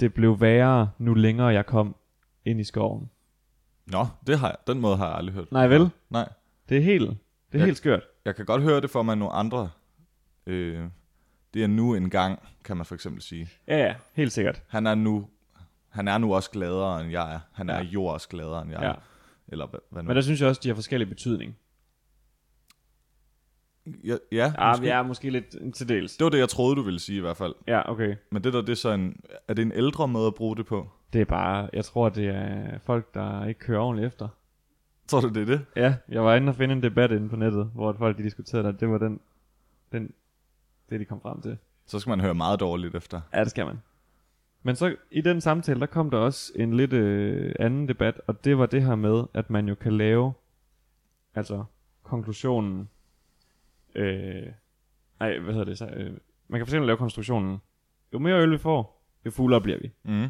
det blev værre, nu længere jeg kom ind i skoven.
Nå, det har jeg. den måde har jeg aldrig hørt.
Nej, vel?
Nej.
Det er helt, det er
Ja.
helt skørt.
Jeg kan godt høre det for mig nogle andre. Øh, det er nu en gang, kan man for eksempel sige.
Ja, ja, helt sikkert.
Han er nu, han er nu også gladere, end jeg er. Han er
Ja.
ja. jo også gladere, end jeg
Ja.
er. Eller hvad, hvad nu?
Men der synes jeg også, de har forskellige betydning.
Ja, ja,
Ja,
måske.
vi er måske lidt til dels.
Det var det, jeg troede, du ville sige i hvert fald.
Ja, okay.
Men det der, det er så en, er det en ældre måde at bruge det på?
Det er bare, jeg tror, det er folk, der ikke kører ordentligt efter.
Tror du, det er det?
Ja, jeg var inde og finde en debat inde på nettet, hvor folk de diskuterede, at det var den, den, det, de kom frem til.
Så skal man høre meget dårligt efter.
Ja, det skal man. Men så i den samtale, der kom der også en lidt øh, anden debat, og det var det her med, at man jo kan lave, altså konklusionen, øh, nej, hvad hedder det så? Øh, man kan for eksempel lave konstruktionen, jo mere øl vi får, jo fuldere bliver vi.
Mm.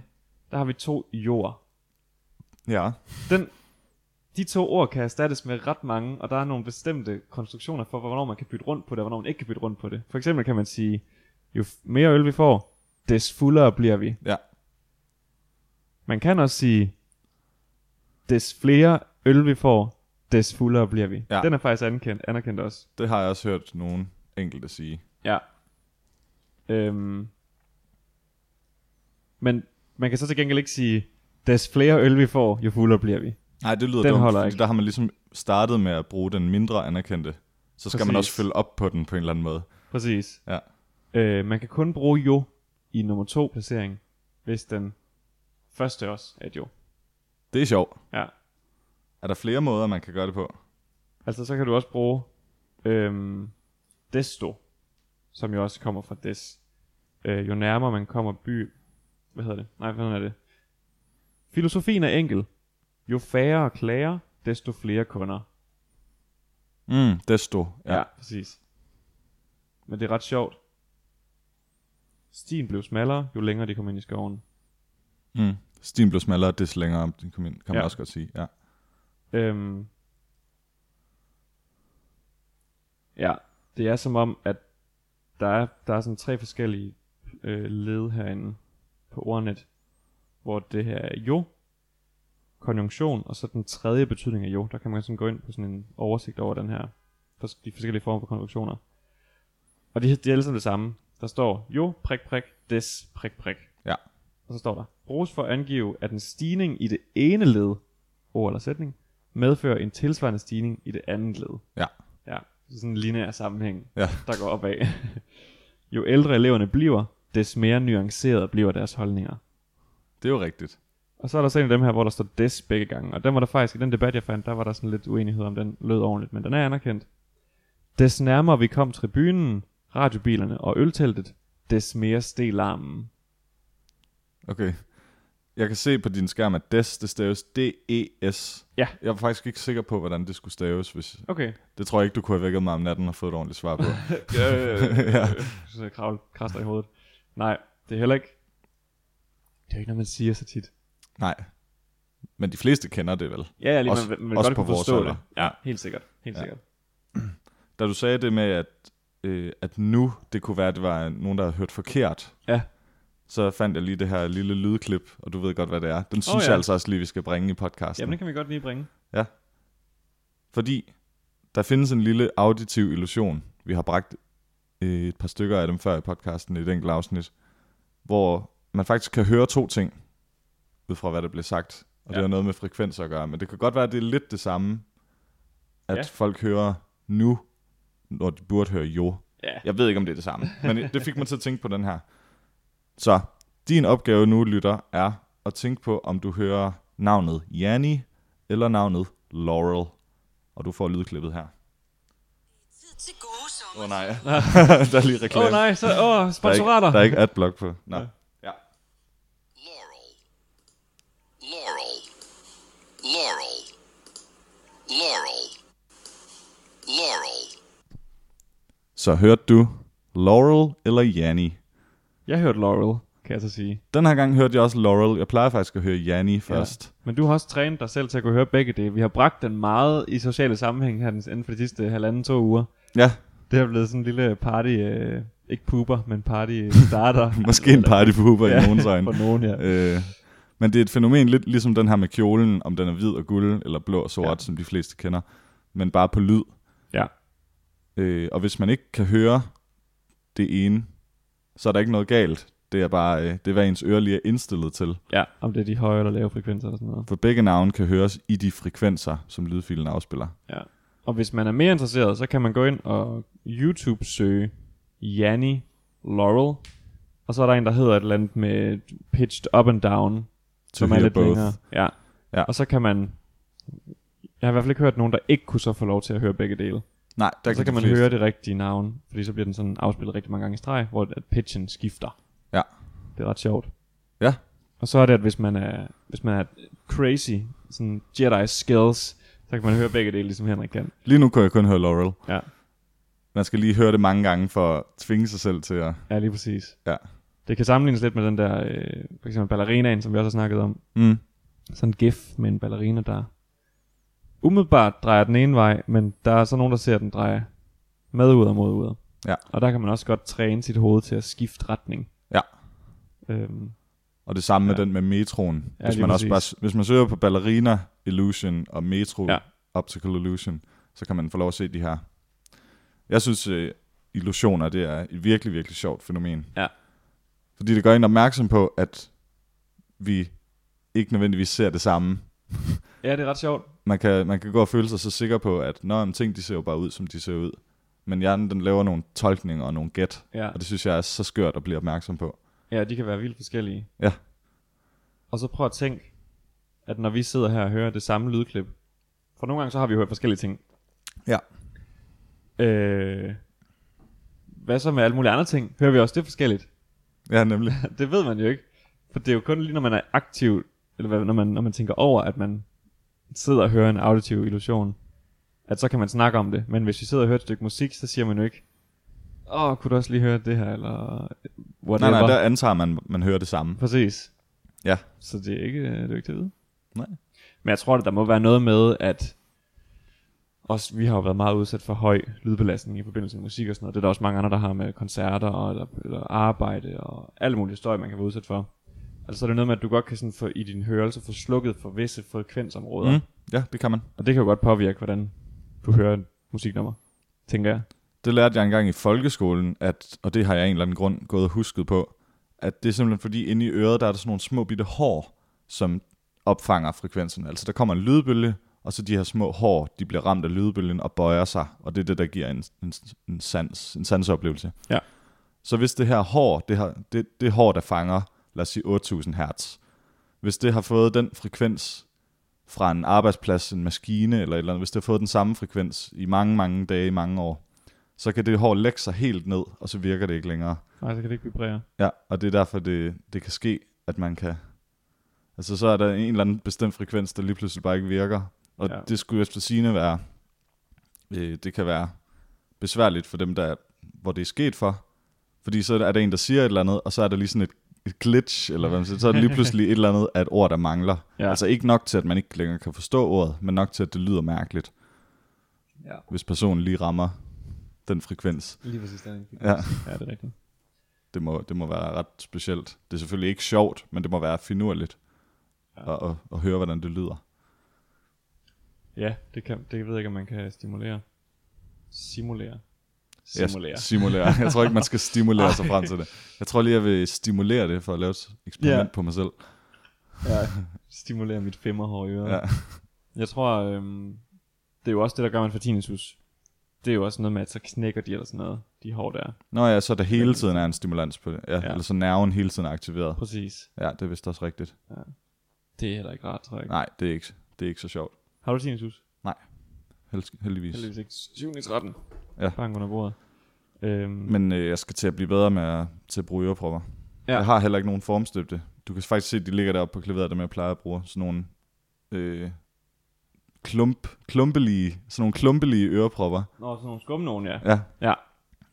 Der har vi to jord.
Ja.
den, de to ord kan erstattes med ret mange, og der er nogle bestemte konstruktioner for, hvornår man kan bytte rundt på det, og hvornår man ikke kan bytte rundt på det. For eksempel kan man sige, jo f- mere øl vi får, des fuldere bliver vi.
Ja.
Man kan også sige, des flere øl vi får, des fuldere bliver vi.
Ja.
Den er faktisk anerkendt, anerkendt også.
Det har jeg også hørt nogen enkelte sige.
Ja. Øhm. Men man kan så til gengæld ikke sige, des flere øl vi får, jo fuldere bliver vi.
Nej, det lyder
Den
dumt,
holder
fordi
ikke.
der har man ligesom startet med at bruge den mindre anerkendte. Så skal Præcis. man
Præcis.
også følge op på den på en eller anden måde.
Præcis.
Ja.
Øh, man kan kun bruge jo i nummer to placering, hvis den første også er et jo.
Det er sjovt.
Ja.
Er der flere måder, man kan gøre det på?
Altså så kan du også bruge øhm, desto, som jo også kommer fra des. øh, jo nærmere man kommer by... Hvad hedder det? Nej, hvad er det? Filosofien er enkel. Jo færre klager, desto flere kunder.
Mm, desto. Ja. ja.
præcis. Men det er ret sjovt. Stien blev smallere, jo længere de kom ind i skoven.
Mm. Stien blev smallere, des længere om den kom ind, kan man
Ja.
ja. også godt sige. Ja.
Øhm. Ja, det er som om, at der er, der er sådan tre forskellige øh, led herinde på ordnet, hvor det her er jo, konjunktion, og så den tredje betydning af jo. Der kan man sådan gå ind på sådan en oversigt over den her, fors- de forskellige former for konjunktioner. Og de, de er alle sammen det samme. Der står jo, prik, prik, des, prik, prik.
Ja.
Og så står der, bruges for at angive, at en stigning i det ene led, ord eller sætning, medfører en tilsvarende stigning i det andet led.
Ja.
Ja, så sådan en lineær sammenhæng,
Ja.
der går opad. jo ældre eleverne bliver, des mere nuanceret bliver deres holdninger.
Det er jo rigtigt.
Og så er der så en af dem her, hvor der står des begge gange. Og den var der faktisk, i den debat jeg fandt, der var der sådan lidt uenighed om, den lød ordentligt, men den er anerkendt. Des nærmere vi kom tribunen, radiobilerne og ølteltet, des mere steg larmen.
Okay. Jeg kan se på din skærm, at des, det staves D-E-S.
Ja.
Jeg er faktisk ikke sikker på, hvordan det skulle staves. Hvis...
Okay.
Det tror jeg ikke, du kunne have vækket mig om natten og fået et ordentligt svar på.
ja, ja, ja.
ja.
Så jeg kravl, kraster i hovedet. Nej, det er heller ikke... Det er jo ikke noget, man siger så tit.
Nej. Men de fleste kender det vel.
Ja, ja, lige,
Også-
man, man vil
også
godt
på
kunne
vores
forstå
alder.
det. Ja, helt sikkert. Helt
Ja.
sikkert.
Da du sagde det med, at, øh, at nu, det kunne være, at det var nogen, der havde hørt forkert,
Ja.
så fandt jeg lige det her lille lydklip, og du ved godt, hvad det er. Den synes
ja.
jeg altså også lige, vi skal bringe i podcasten.
Jamen, det kan vi godt lige bringe.
Fordi der findes en lille auditiv illusion. Vi har bragt øh, et par stykker af dem før i podcasten i et enkelt afsnit, hvor man faktisk kan høre to ting, ud fra hvad der blev sagt. Og ja.
Ja.
det har noget med frekvens at gøre, men det kan godt være, at det er lidt det samme, at
Ja.
ja. folk hører nu, når de burde høre jo.
Ja.
Jeg ved ikke, om det er det samme, men det fik mig til at tænke på den her. Så, din opgave nu, lytter, er at tænke på, om du hører navnet Janni eller navnet Laurel. Og du får lydklippet her.
Tid til gode
Åh
sommer.
oh, nej, der er lige
Åh
reklame.
oh, nej, så åh, oh,
der, er ikke,
sponsorater.
der er ikke adblock på. Nej. Ja.
Laurel. Laurel. Laurel. Laurel. Laurel.
Så hørte du Laurel eller Janni?
Jeg hørte Laurel, kan jeg så sige.
Den her gang hørte jeg også Laurel. Jeg plejer faktisk at høre Janni først.
Men du har også trænet dig selv til at kunne høre begge dele. Vi har bragt den meget i sociale sammenhæng her den- inden for de sidste halvanden, to uger.
Ja, ja
Det er blevet sådan en lille party, øh, ikke puber, men party starter.
måske en party på Uber i nogens øjne.
For nogen, ja.
Øh, men det er et fænomen lidt ligesom den her med kjolen, om den er hvid og guld, eller blå og sort, ja. som de fleste kender, men bare på lyd.
ja.
Øh, og hvis man ikke kan høre det ene, så er der ikke noget galt. Det er bare, øh, det er hvad ens øre lige er indstillet til.
Ja, om det er de høje eller lave frekvenser og sådan noget.
For begge navne kan høres i de frekvenser, som lydfilen afspiller.
Ja. Og hvis man er mere interesseret, så kan man gå ind og YouTube-søge Janni Laurel. Og så er der en, der hedder et eller andet med pitched up and down.
To
som er
hear
lidt
both.
længere. Ja.
Ja.
Og så kan man... Jeg har i hvert fald ikke hørt nogen, der ikke kunne så få lov til at høre begge dele.
Nej, der
Og så
de
kan man
fleste-
høre det rigtige navn, fordi så bliver den sådan afspillet rigtig mange gange i streg, hvor at pitchen skifter.
Ja.
Det er ret sjovt.
Ja.
Og så er det, at hvis man er, hvis man er crazy, sådan Jedi skills, så kan man høre begge dele, ligesom Henrik kan.
Lige nu kan jeg kun høre Laurel.
Ja,
Man skal lige høre det mange gange for at tvinge sig selv til at...
ja lige præcis.
Ja.
Det kan sammenlignes lidt med den der, øh, for eksempel ballerinaen, som vi også har snakket om.
Mm.
sådan en gif med en ballerina, der umiddelbart drejer den ene vej, men der er så nogen, der ser den dreje med ud og mod ud.
Ja.
Og der kan man også godt træne sit hoved til at skifte retning.
Ja.
Øhm,
Og det samme ja.
Ja.
med den med metroen.
Ja,
Ja, hvis,
lige
man også
præcis.
bare, hvis man søger på ballerina illusion og metro
Ja.
ja. optical illusion, så kan man få lov at se de her. Jeg synes, øh, illusioner det er et virkelig, virkelig sjovt fænomen.
Ja.
Fordi det gør en opmærksom på, at vi ikke nødvendigvis ser det samme.
ja, det er ret sjovt.
Man kan, man kan gå og føle sig så sikker på, at når ting de ser jo bare ud, som de ser ud. Men hjernen den laver nogle tolkninger og nogle gæt,
Ja.
og det synes jeg er så skørt at blive opmærksom på.
ja, de kan være vildt forskellige.
Ja.
Og så prøv at tænke, at når vi sidder her og hører det samme lydklip, for nogle gange så har vi jo hørt forskellige ting.
Ja.
Øh, hvad så med alle mulige andre ting? Hører vi også det forskelligt?
Ja, nemlig.
det ved man jo ikke. For det er jo kun lige, når man er aktiv, eller hvad, når, man, når man tænker over, at man sidder og hører en auditiv illusion, at så kan man snakke om det. Men hvis vi sidder og hører et stykke musik, så siger man jo ikke, åh, oh, kunne du også lige høre det her, eller
Nej,
whatever.
nej, der antager man, man hører det samme.
Præcis.
Ja.
Så det er ikke, det er jo ikke til at vide.
Nej.
Men jeg tror, at der må være noget med, at også, vi har jo været meget udsat for høj lydbelastning i forbindelse med musik og sådan noget. Det er der også mange andre, der har med koncerter og, eller, eller arbejde og alt muligt støj, man kan være udsat for. Altså så er det noget med, at du godt kan sådan få, i din hørelse få slukket for visse frekvensområder.
Mm,
Mm.
ja, det kan man.
Og det kan jo godt påvirke, hvordan du hører et musiknummer, tænker jeg.
Det lærte jeg engang i folkeskolen, at, og det har jeg af en eller anden grund gået og husket på, at det er simpelthen fordi inde i øret, der er der sådan nogle små bitte hår, som opfanger frekvensen. Altså der kommer en lydbølge, og så de her små hår, de bliver ramt af lydbølgen og bøjer sig, og det er det, der giver en, en, en, sans, en sansoplevelse.
Ja.
Så hvis det her hår, det, her, det, det hår, der fanger, lad os sige 8000 hertz, hvis det har fået den frekvens fra en arbejdsplads, en maskine eller et eller andet, hvis det har fået den samme frekvens i mange, mange dage, i mange år, så kan det hår lægge sig helt ned, og så virker det ikke længere.
Nej, så kan det ikke vibrere.
Ja, og det er derfor, det, det kan ske, at man kan... Altså, så er der en eller anden bestemt frekvens, der lige pludselig bare ikke virker. Og ja.
Ja.
det skulle efter sigende være... Øh, det kan være besværligt for dem, der, hvor det er sket for. Fordi så er der en, der siger et eller andet, og så er der lige sådan et, et glitch, eller hvad man siger. Så er det lige pludselig et eller andet af et ord, der mangler. Ja.
Ja.
Altså ikke nok til, at man ikke længere kan forstå ordet, men nok til, at det lyder mærkeligt,
Ja,
hvis personen lige rammer den frekvens.
lige præcis den.
Ja.
ja, det er rigtigt.
det må, det må være ret specielt. Det er selvfølgelig ikke sjovt, men det må være finurligt
Ja.
at, at, at høre, hvordan det lyder.
Ja, det, kan, det ved jeg ikke, om man kan stimulere. Simulere.
Ja,
Simulere.
simulere. Jeg tror ikke, man skal stimulere sig frem til det. Jeg tror lige, jeg vil stimulere det for at lave et eksperiment
Ja.
på mig selv.
Ja, stimulere mit femmerhår i øret.
Ja.
Ja. Jeg tror, øhm, det er jo også det, der gør man for tinnitus. Det er jo også noget med, at så knækker de eller sådan noget, de hår der.
Nå ja, så der hele tiden er en stimulans på det. Ja, ja.
Ja.
Eller så nerven hele tiden er aktiveret.
Præcis.
Ja, det er vist også rigtigt.
Det er heller ikke rart, tror jeg.
Nej, det er ikke, det er ikke så sjovt.
Har du tinnitus?
Held, heldigvis.
Heldigvis ikke. 7. 13.
Ja.
Bank under bordet. Øhm, Men.
Men øh, jeg skal til at blive bedre med at, til at bruge ørepropper. Ja.
Ja.
Jeg har heller ikke nogen formstøbte. Du kan faktisk se, at de ligger deroppe på klaveret, dem jeg plejer at bruge. Sådan nogle øh, klump, klumpelige, sådan nogle klumpelige ørepropper,
Nå, sådan nogle skum nogen, ja.
ja,
Ja.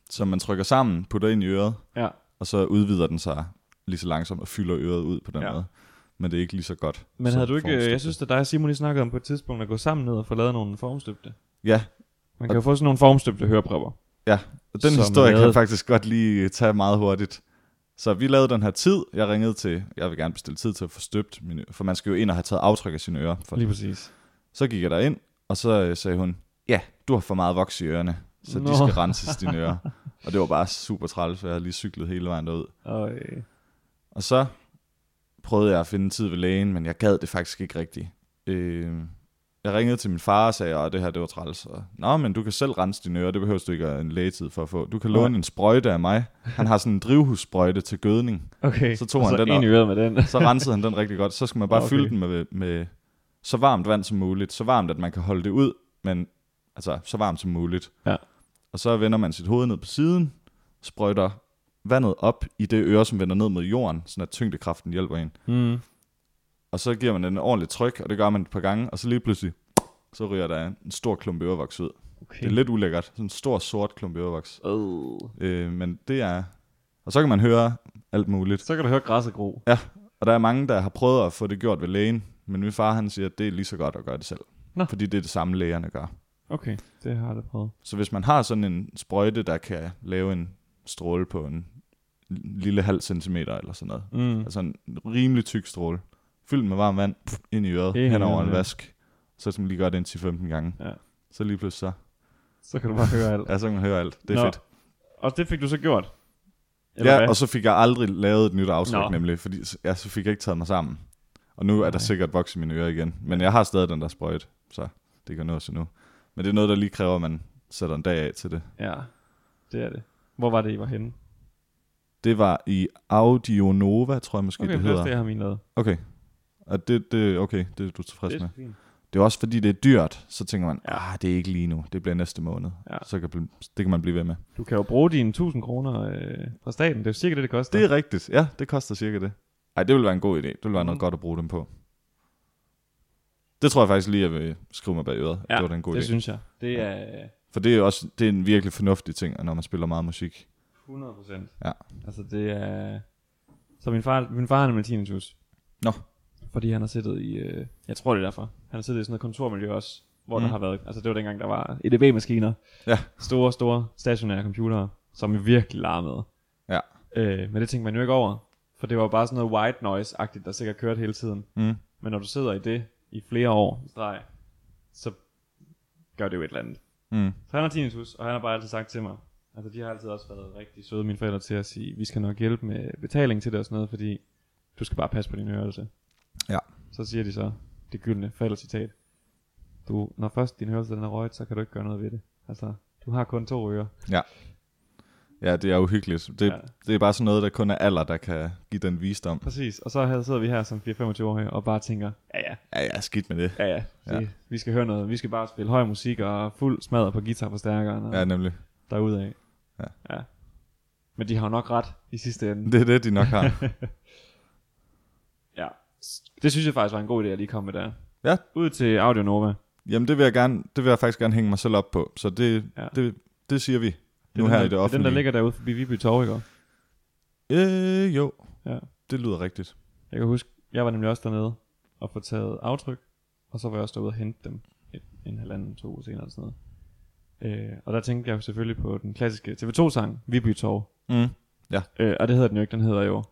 som man trykker sammen, putter ind i øret,
Ja.
og så udvider den sig lige så langsomt og fylder øret ud på den ja.
Ja.
måde. Men det er ikke lige så godt.
Men
som
havde du ikke, øh,
formstøbte.
jeg synes, at dig og Simon lige snakkede om på et tidspunkt at gå sammen ned og få lavet nogle formstøbte.
Ja,
Man kan jo få sådan nogle formstøbte hørepropper.
ja. Og den
Som
historie kan
lavede-
jeg faktisk godt lige tage meget hurtigt. Så vi lavede den her tid. Jeg ringede til, jeg vil gerne bestille tid til at få støbt mine ører, for man skal jo ind og have taget aftryk af sine ører. For
Lige præcis.
Så gik jeg derind, og så øh, sagde hun, ja, du har for meget voks i ørerne, så Nå.
Nå.
de skal renses dine ører. Og det var bare super træls, for jeg havde lige cyklet hele vejen derud.
Og, øh,
Og så prøvede jeg at finde tid ved lægen, men jeg gad det faktisk ikke rigtigt. Øh, jeg ringede til min far og sagde, at det her det var træls. Og, Nå, men du kan selv rense dine ører, det behøver du ikke at- en lægetid for at få. Du kan låne
Nej.
en sprøjte af mig. Han har sådan en drivhussprøjte til gødning.
okay.
Så tog
Og
han
så
den
en i
op.
øret med den.
Så rensede han den rigtig godt. Så skal man bare okay.
Ah, Okay.
fylde den med, med så varmt vand som muligt. Så varmt, at man kan holde det ud, men altså så varmt som muligt.
Ja.
Og så vender man sit hoved ned på siden, sprøjter vandet op i det øre, som vender ned mod jorden, sådan at tyngdekraften hjælper en.
mm.
Og så giver man den en ordentlig tryk, og det gør man et par gange, og så lige pludselig, så ryger der en stor klump ørevoks ud.
Okay.
Det er lidt ulækkert, sådan en stor sort klump ørevoks.
Oh.
Øh, men det er... Og så kan man høre alt muligt.
Så kan du høre græsset gro.
Ja, og der er mange, der har prøvet at få det gjort ved lægen, men min far han siger, at det er lige så godt at gøre det selv. Nå.
Nå.
Fordi det er det samme, lægerne gør.
Okay, det har jeg da prøvet.
Så hvis man har sådan en sprøjte, der kan lave en stråle på en lille halv centimeter eller sådan noget,
Mm.
altså en rimelig tyk stråle, fyldt med varmt vand, pff, ind i øret,
Ind i
hen over en
øret, ja.
vask, så skal man lige gøre det en 10-15 gange.
Ja.
Så lige pludselig så,
Så kan du bare høre alt.
ja, så kan man høre alt. Det er
Nå,
fedt.
Og det fik du så gjort?
ja,
hvad?
og så fik jeg aldrig lavet et nyt afsnit
Nå.
nemlig, fordi s- ja, så fik jeg ikke taget mig sammen. Og nu er der
Nej.
sikkert voks i mine ører igen. Men jeg har stadig den der sprøjte, så det kan nås nu. Men det er noget, der lige kræver, at man sætter en dag af til det.
Ja, det er det. Hvor var det, I var henne?
Det var i Audionova, tror jeg måske,
Okay,
det
det er
hedder.
det, jeg har min lavet.
Okay. Og det, det, okay, det er du tilfredt med. Det er også fordi, det er dyrt, så tænker man, ah, det er ikke lige nu, det bliver næste måned.
Ja.
Ja. Så kan, bl- det kan man blive ved med.
Du kan jo bruge dine 1000 kroner øh, fra staten. Det er jo cirka det, det koster.
Det er rigtigt, ja, det koster cirka det. Ej, det ville være en god idé, det ville være
Mm.
noget godt at bruge dem på. Det tror jeg faktisk lige, jeg vil skrive mig bag øret, ja, det var da en god
det
idé.
synes jeg. Det er
For det er også det er en virkelig fornuftig ting, når man spiller meget musik.
100 procent.
Ja.
Altså det er... Så min far, min far er nemlig tinnitus.
Nå.
Fordi han har siddet i... Øh, jeg tror det er derfor. Han har siddet i sådan noget kontormiljø også. Hvor mm. der
Mm.
har været... Altså det var dengang, der var EDB-maskiner.
Ja.
Store, store stationære computere. Som virkelig larmede.
Ja.
Øh, men det tænkte man jo ikke over. For det var jo bare sådan noget white noise-agtigt, der sikkert kørte hele tiden.
Mm.
Men når du sidder i det i flere år i streg, så gør det jo et eller andet.
Mm.
Så han har tinnitus, og han har bare altid sagt til mig, altså de har altid også været rigtig søde, mine forældre, til at sige, vi skal nok hjælpe med betaling til det og sådan noget, fordi du skal bare passe på din hørelse.
Ja.
Så siger de så, det gyldne forældrecitat, du, når først din hørelse den er røget, så kan du ikke gøre noget ved det. Altså, du har kun to ører.
Ja, det er uhyggeligt. Det,
Ja.
ja. det er bare sådan noget, der kun er alder, der kan give den visdom.
Præcis, og så her sidder vi her som 4-25 år og bare tænker, ja ja,
Ja, ja, skidt med det.
ja ja,
Ja.
det- vi skal høre noget, vi skal bare spille høj musik og fuld smadret på guitarforstærkeren og
Ja, nemlig.
derudaf.
Ja.
ja. Men de har jo nok ret i sidste ende.
Det er det, de nok har.
Ja. Det synes jeg faktisk var en god idé at lige komme med der.
Ja.
Ud til Audio Nova.
Jamen, det vil jeg, gerne, det vil jeg faktisk gerne hænge mig selv op på. Så det,
Ja.
ja. det, det siger vi
er
nu
den,
her
der,
i det
er
offentlige.
den, der ligger derude forbi Viby Torv, ikke?
Øh, jo,
Ja.
det lyder rigtigt.
Jeg kan huske, jeg var nemlig også dernede og få taget aftryk, og så var jeg også derude og hente dem et, en halvanden, to uger senere eller sådan noget. Øh, og der tænkte jeg jo selvfølgelig på den klassiske TV2-sang, Viby Torv.
Mm.
Øh, og det hedder den jo ikke, den hedder jo...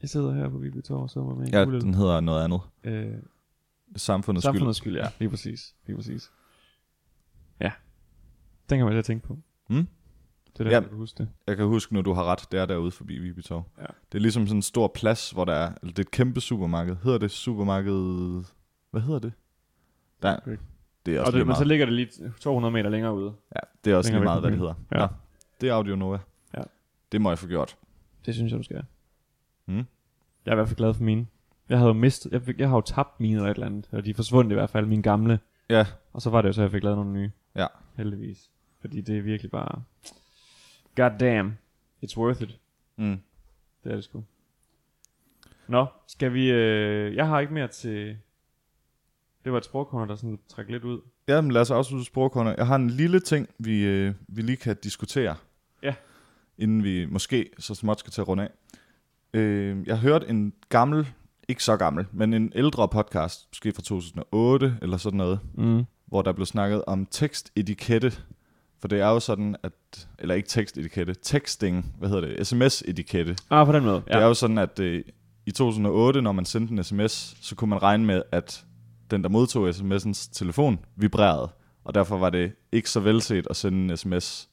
Jeg sidder her på Viby Torv og sidder med en
Ja,
kugle.
den hedder noget andet.
Øh,
Samfundets, Samfundets
Samfundets skyld, ja. Lige præcis. Lige præcis. Ja. Den kan man da tænke på.
Mm.
Det er der,
Ja.
ja. du kan huske det.
skyld. Jeg kan huske nu, du har ret. Det er derude forbi Vibetorv.
Ja.
Det er ligesom sådan en stor plads, hvor der er... Eller det er et kæmpe supermarked. Hedder det supermarkedet... Hvad hedder det? Der,
Okay.
det er også
Og
lige
det, men
meget.
så ligger det lige 200 meter længere ude.
Ja, det er også
Længere
lige
væk
meget,
fra
hvad det hedder.
byen.
Ja.
Ja.
Nå, det er Audio Nova.
Ja.
Det må jeg få gjort.
Det synes jeg, du skal.
Mm.
Jeg er i hvert fald glad for mine. Jeg havde jo mistet, jeg, fik, jeg har jo tabt mine eller et eller andet. Eller de er forsvundet i hvert fald, mine gamle.
Ja.
Og så var det jo så, jeg fik lavet nogle nye.
Ja.
Heldigvis. Fordi det er virkelig bare... God damn. It's worth it.
Mm.
Det er det sgu. Nå, skal vi... Øh, jeg har ikke mere til... Det var et sprogkorner, der sådan træk lidt ud.
Jamen, lad os afslutte sprogkornet. Jeg har en lille ting, vi, øh, vi lige kan diskutere.
Ja.
Inden vi måske så småt skal til at runde af. Øh, jeg hørte en gammel, ikke så gammel, men en ældre podcast, måske fra 2008 eller sådan noget,
Mm.
hvor der blev snakket om tekstetikette. For det er jo sådan, at... Eller ikke tekstetikette, texting, hvad hedder det? SMS-etikette.
Ah, på den måde.
Ja. Det er jo sådan, at øh, i 2008, når man sendte en sms, så kunne man regne med, at den, der modtog sms'ens telefon, vibrerede. Og derfor var det ikke så velset at sende en sms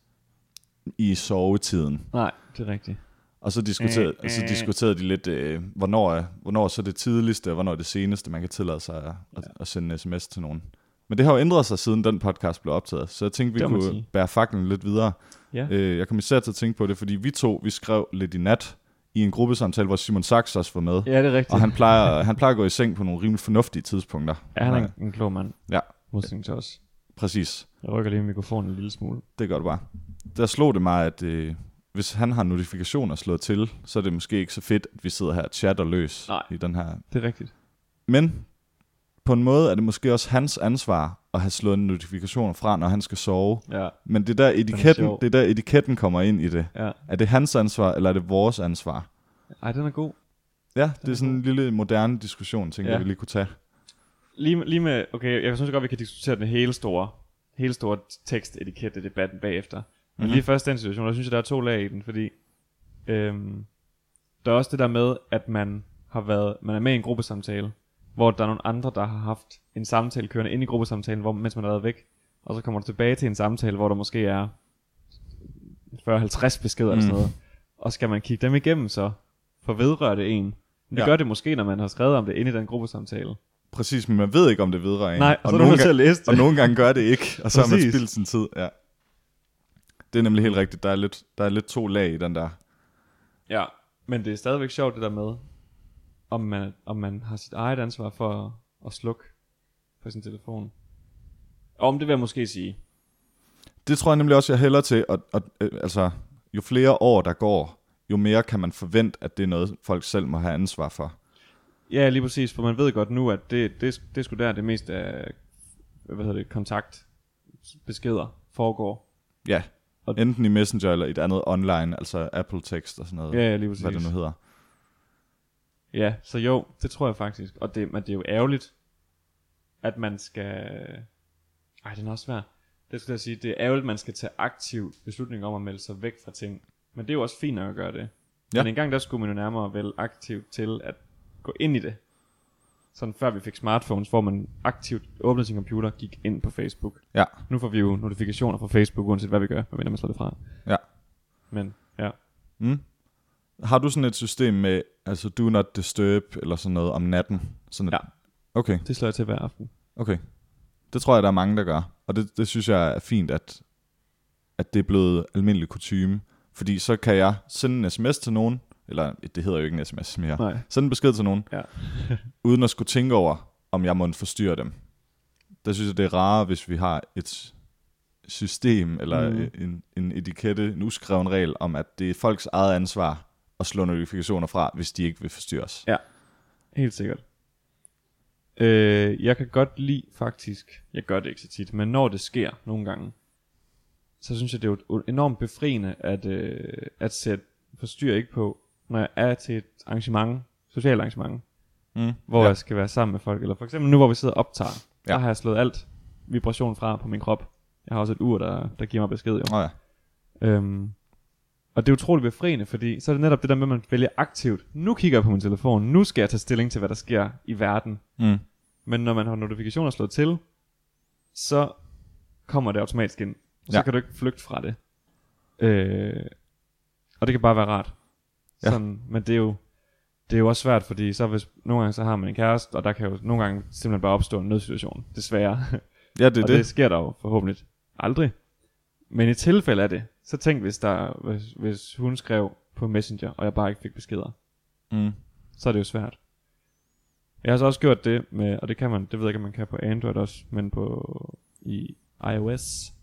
i sovetiden.
Nej, det er rigtigt.
Og så diskuterede,
Øh,
og så diskuterede de lidt, øh, hvornår, er, hvornår er så det tidligste, og hvornår er det seneste, man kan tillade sig at, at, at sende en sms til nogen. Men det har jo ændret sig, siden den podcast blev optaget, så jeg tænkte, vi
Det må man
kunne
sige.
bære faklen lidt videre.
Ja.
Øh, jeg kom især til at tænke på det, fordi vi to, vi skrev lidt i nat i en gruppesamtale, hvor Simon Sachs også var med.
Ja, det er rigtigt.
Og han plejer, han plejer at gå i seng på nogle rimelig fornuftige tidspunkter.
ja, han er en, en klog mand.
Ja.
Modsætning til os.
Præcis.
Jeg rykker lige mikrofonen en lille smule.
Det gør det bare. Der slog det mig, at øh, hvis han har notifikationer slået til, så er det måske ikke så fedt, at vi sidder her og chatter løs
Nej.
i den her.
Det er rigtigt.
Men på en måde er det måske også hans ansvar at have slået notifikationer fra, når han skal sove.
Ja.
Men det er der etiketten,
sjov.
det er der etiketten kommer ind i det.
ja.
Er det hans ansvar, eller er det vores ansvar?
Ej, den er god.
Ja, det er sådan en lille moderne diskussion, tænker
Ja.
ja. jeg, vi lige kunne tage.
Lige, lige med... Okay, jeg synes godt, vi kan diskutere den hele store, hele store tekstetikette debatten bagefter. Men mm-hmm. lige først den situation, der synes jeg, der er to lag i den, fordi... Øhm, der er også det der med, at man har været, man er med i en gruppesamtale, hvor der er nogle andre, der har haft en samtale kørende ind i gruppesamtalen, hvor, mens man har været væk. Og så kommer du tilbage til en samtale, hvor der måske er 40-50 beskeder mm. eller sådan noget. Og skal man kigge dem igennem så, for vedrører det en. Men det ja.
Ja.
gør det måske, når man har skrevet om det inde i den gruppesamtale.
Præcis, men man ved ikke, om det vedrører en.
Nej, og så er du
nogle
nødt til at
gange-
læse det.
Og nogle gange gør det ikke, og så har man
Præcis.
spildt sin tid. Ja. Det er nemlig helt rigtigt. Der er lidt, der er lidt to lag i den der.
Ja, men det er stadigvæk sjovt det der med, om man, om man har sit eget ansvar for at slukke på sin telefon. Om det vil jeg måske sige.
Det tror jeg nemlig også, jeg hælder til. Og, og, øh, altså, jo flere år der går, jo mere kan man forvente, at det er noget, folk selv må have ansvar for.
Ja, lige præcis, for man ved godt nu, at det, det, det er sgu der, det meste af, hvad hedder det, kontaktbeskeder foregår.
Ja,
Og-
enten i Messenger eller et andet online, altså Apple Text og sådan noget.
Ja, ja, lige præcis.
hvad det nu hedder.
Ja, så jo, det tror jeg faktisk. Og det, men det er jo ærgerligt, at man skal... Ej, den er også svær. Det skulle jeg sige, det er ærgerligt, at man skal tage aktiv beslutning om at melde sig væk fra ting. Men det er jo også fint nok at gøre det. Ja.
Ja.
Men engang der skulle man jo nærmere vel aktivt til at gå ind i det. Sådan før vi fik smartphones, hvor man aktivt åbnede sin computer og gik ind på Facebook.
Ja,
Nu får vi jo notifikationer fra Facebook, uanset hvad vi gør, medmindre man slår det fra.
ja.
Men ja.
Har du sådan et system med, altså do not disturb, eller sådan noget om natten? Sådan et-
Ja.
Okay,
Det slår jeg til hver aften.
okay. Det tror jeg, der er mange, der gør. Og det, det synes jeg er fint, at, at det er blevet almindelig kutume. Fordi så kan jeg sende en sms til nogen, eller det hedder jo ikke en sms mere.
Nej.
Sende en besked til nogen,
Ja.
uden at skulle tænke over, om jeg måtte forstyrre dem. Der synes jeg, det er rarere, hvis vi har et system, eller
Mm.
mm. en, en etikette, en uskreven regel, om at det er folks eget ansvar at slå notifikationer fra, hvis de ikke vil forstyrre os.
Helt sikkert. Øh, jeg kan godt lide faktisk, jeg gør det ikke så tit, men når det sker nogle gange, så synes jeg, det er jo et- enormt befriende at, øh, at sætte forstyr ikke på, når jeg er til et arrangement, socialt arrangement,
Mm.
hvor ja.
Ja.
jeg skal være sammen med folk, eller for eksempel nu, hvor vi sidder og optager, ja. der
Ja.
har jeg slået alt vibration fra på min krop. Jeg har også et ur, der, der giver mig besked. Jo.
Nå ja.
Øhm, og det er utroligt befriende, fordi så er det netop det der med, at man vælger aktivt. Nu kigger jeg på min telefon, nu skal jeg tage stilling til, hvad der sker i verden.
Mm.
Men når man har notifikationer slået til, så kommer det automatisk ind. Og så ja.
Ja.
kan du ikke flygte fra det. Øh, og det kan bare være rart.
Ja.
Sådan, men det er jo det er jo også svært, fordi så hvis, nogle gange så har man en kæreste, og der kan jo nogle gange simpelthen bare opstå en nødsituation, desværre.
Ja, det er
Og
det.
det sker der jo forhåbentlig aldrig. Men i tilfælde af det, så tænk hvis, der, hvis, hvis hun skrev på Messenger, og jeg bare ikke fik beskeder,
Mm.
så er det jo svært. Jeg har så også gjort det med, og det kan man, det ved jeg ikke, om man kan på Android også, men på i iOS,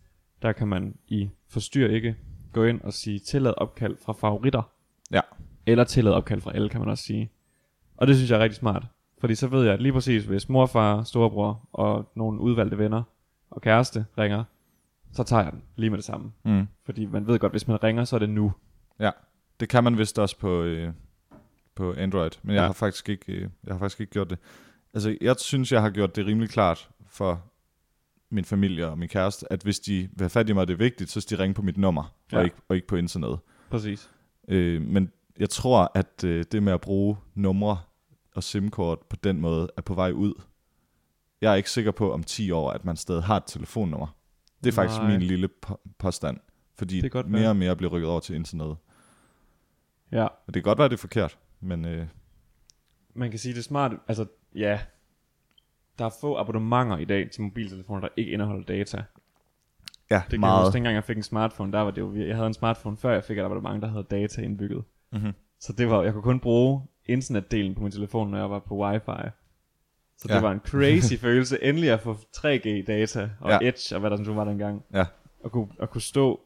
der kan man i forstyr ikke gå ind og sige tillad opkald fra favoritter,
Ja.
eller tillad opkald fra alle, kan man også sige. Og det synes jeg er rigtig smart. Fordi så ved jeg, at lige præcis hvis morfar, storebror og nogle udvalgte venner og kæreste ringer, så tager jeg den lige med det samme.
Mm.
Fordi man ved godt, hvis man ringer, så er det nu.
Ja, det kan man vist også på, øh, på Android, men jeg,
Ja.
ja. har faktisk ikke, øh, jeg har faktisk ikke gjort det. Altså, jeg synes, jeg har gjort det rimelig klart for min familie og min kæreste, at hvis de vil have fat i mig, og det er vigtigt, så skal de ringe på mit nummer, ja.
Ja.
og, ikke, og ikke på internettet.
Præcis.
Øh, men jeg tror, at øh, det med at bruge numre og SIM-kort på den måde er på vej ud. Jeg er ikke sikker på om 10 år, at man stadig har et telefonnummer. Det er faktisk
Nej.
min lille po- påstand, fordi
Det kan godt
mere
være.
og mere bliver rykket over til internettet.
Ja.
Og det kan godt være, det er forkert, men øh,
man kan sige, det er smart, altså ja, der er få abonnementer i dag til mobiltelefoner, der ikke indeholder data. Det
ja,
kan jeg huske, dengang jeg fik en smartphone, der var det jo, jeg havde en smartphone før jeg fik et abonnement, der havde data indbygget.
Mhm.
Så det var, jeg kunne kun bruge internetdelen på min telefon, når jeg var på wifi. Så det
Ja.
var en crazy følelse, endelig at få 3G-data og
Ja.
Edge og hvad der nu var dengang.
Ja,
At kunne, at kunne stå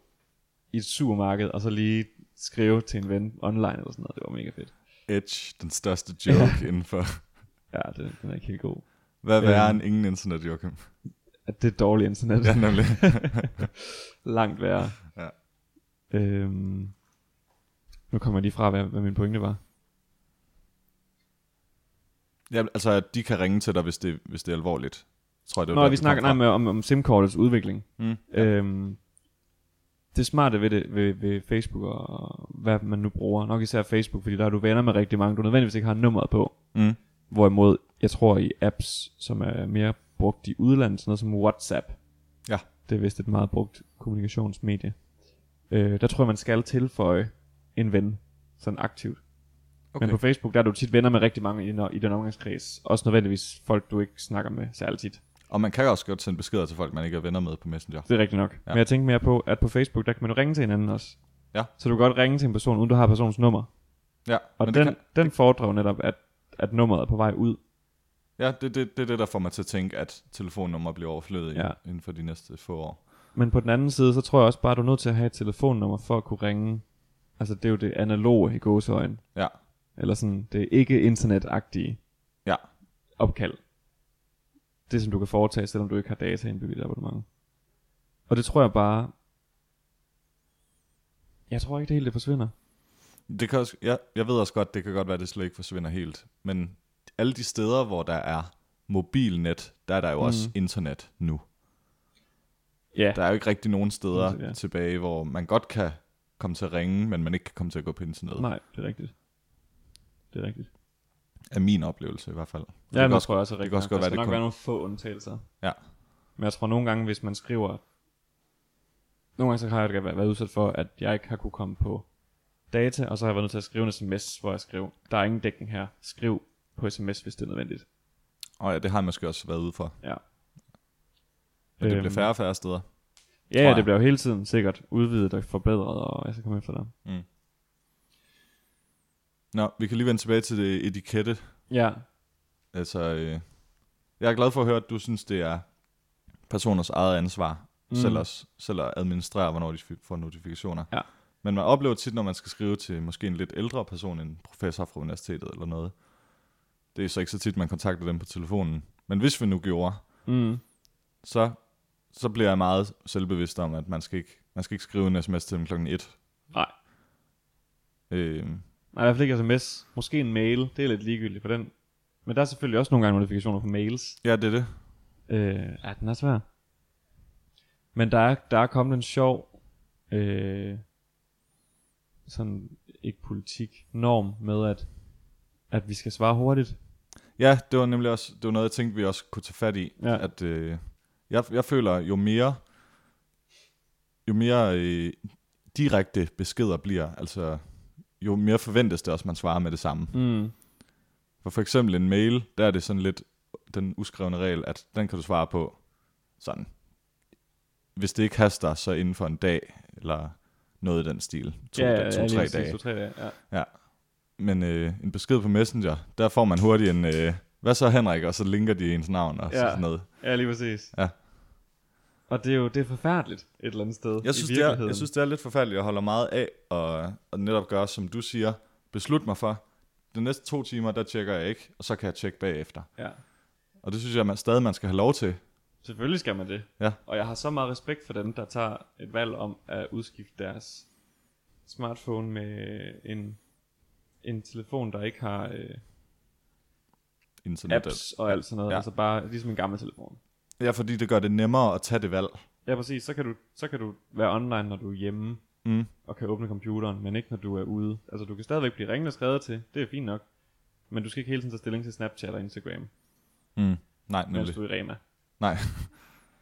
i et supermarked og så lige skrive til en ven online eller sådan noget. Det var mega fedt.
Edge, den største joke ja. inden for...
Ja, det, den er ikke helt god.
Hvad
Øhm.
værre end ingen internet, Joachim?
At det er dårligt internet.
Ja, nemlig.
langt værre.
Ja.
Øhm, nu kommer jeg lige fra, hvad, hvad min pointe var.
ja, altså, at de kan ringe til dig, hvis det, hvis det er alvorligt. Tror jeg, det var
Nå,
der,
vi
kom
snakker
fra.
nej, med, om, om SIM-kortets udvikling.
Mm,
Øhm, det smarte ved, det, ved, ved Facebook og hvad man nu bruger, nok især Facebook, fordi der er du venner med rigtig mange, du nødvendigvis ikke har nummeret på.
Mm.
Hvorimod, jeg tror i apps, som er mere brugt i udlandet, sådan noget som WhatsApp.
Ja.
Det er vist et meget brugt kommunikationsmedie. Øh, der tror jeg, man skal tilføje en ven, sådan aktivt. Okay.
Okay.
Men på Facebook, der er du tit venner med rigtig mange i, den- i den omgangskreds. Også nødvendigvis folk, du ikke snakker med særligt tit.
Og man kan også godt sende beskeder til folk, man ikke er venner med på Messenger.
Det er rigtigt nok. Ja. Men jeg tænker mere på, at på Facebook, der kan man jo ringe til hinanden også.
Ja.
Så du kan godt ringe til en person, uden du har personens nummer.
Ja,
Og
men
den,
det kan,
den fordrer jo netop, at, at nummeret er på vej ud.
Ja, det er det, det, er det, der får mig til at tænke, at telefonnummer bliver overflødet ja.
Ja.
inden for de næste få år.
Men på den anden side, så tror jeg også bare, at du er nødt til at have et telefonnummer for at kunne ringe. Altså, det er jo det analoge i gåseøjne.
Ja,
Eller sådan, det er ikke internetagtige
ja,
opkald. Det, som du kan foretage, selvom du ikke har data indbygget i dit abonnement. Og det tror jeg bare... Jeg tror ikke, det hele det forsvinder.
Det kan også, ja, jeg ved også godt, det kan godt være, at det slet ikke forsvinder helt. Men alle de steder, hvor der er mobilnet, der er der jo
Mhm.
mm. også internet nu.
Ja,
Der er jo ikke rigtig nogen steder
Ja.
ja. tilbage, hvor man godt kan komme til at ringe, men man ikke kan komme til at gå på internet.
nej, det er rigtigt. Det er rigtigt.
Er min oplevelse i hvert fald.
Ja,
kan
det
også-
tror jeg også er rigtigt.
det kan også
nok.
godt være,
der skal
det
nok
kun-
være nogle få undtagelser.
Ja,
Men jeg tror nogle gange, hvis man skriver... Nogle gange så har jeg da været udsat for, at jeg ikke har kunne komme på data, og så har jeg været nødt til at skrive en sms, hvor jeg skrev, der er ingen dækning her, skriv på sms, hvis det er nødvendigt.
og ja, det har jeg måske også været ude for.
Ja,
Men det
Øhm.
bliver færre og færre steder.
ja, ja
jeg.
det bliver jo hele tiden sikkert udvidet og forbedret, og jeg skal komme efter dig.
Nå, vi kan lige vende tilbage til det etikette.
Ja,
Altså, øh, jeg er glad for at høre, at du synes, det er personers eget ansvar mm. selv, at, selv at administrere, hvornår de fi- får notifikationer.
Ja.
Men man oplever tit, når man skal skrive til måske en lidt ældre person, en professor fra universitetet eller noget. Det er så ikke så tit, man kontakter dem på telefonen. Men hvis vi nu gjorde,
mm.
så, så bliver jeg meget selvbevidst om, at man skal ikke, man skal ikke skrive en sms til dem klokken 1.
Nej.
Øh,
Nej, i hvert fald ikke sms. Måske en mail, det er lidt ligegyldigt for den. Men der er selvfølgelig også nogle gange notifikationer på mails.
ja, det er det.
Øh, ja, den er svær. Men der er, der er kommet en sjov, øh, sådan ikke politik, norm med, at, at vi skal svare hurtigt.
Ja, det var nemlig også det var noget, jeg tænkte, vi også kunne tage fat i.
Ja.
Ja. At, øh, jeg, jeg føler, jo mere, jo mere øh, direkte beskeder bliver, altså jo mere forventes det også, at man svarer med det samme.
Mm.
For for eksempel en mail, der er det sådan lidt den uskrevne regel, at den kan du svare på sådan. Hvis det ikke haster, så inden for en dag, eller noget i den stil. To, ja, to,
lige
tre
præcis,
dage.
To, tre dage, ja.
Men øh, en besked på Messenger, der får man hurtigt en, øh, hvad så Henrik, og så linker de ens navn og ja.
Ja.
sådan noget.
ja, lige præcis.
Ja.
Og det er jo det er forfærdeligt et eller andet sted
Jeg synes,
i
det er,
virkeligheden.
jeg synes, det er lidt forfærdeligt. Jeg holder meget af og, og netop gøre, som du siger. Beslut mig for. De næste to timer, der tjekker jeg ikke, og så kan jeg tjekke bagefter.
ja.
Og det synes jeg man, stadig, man skal have lov til.
Selvfølgelig skal man det.
Ja.
Og jeg har så meget respekt for dem, der tager et valg om at udskifte deres smartphone med en, en telefon, der ikke har... Øh,
Internet.
apps og alt sådan noget. Ja.
Ja.
Altså bare ligesom en gammel telefon.
Ja, fordi det gør det nemmere at tage det valg.
Ja, præcis. Så kan du, så kan du være online, når du er hjemme
Mm.
og kan åbne computeren, men ikke når du er ude. Altså du kan stadigvæk blive ringet og skrevet til. Det er fint nok. Men du skal ikke hele tiden tage stilling til Snapchat og Instagram,
Mm. Nej,
mens
nemlig.
du er i Rema.
Nej.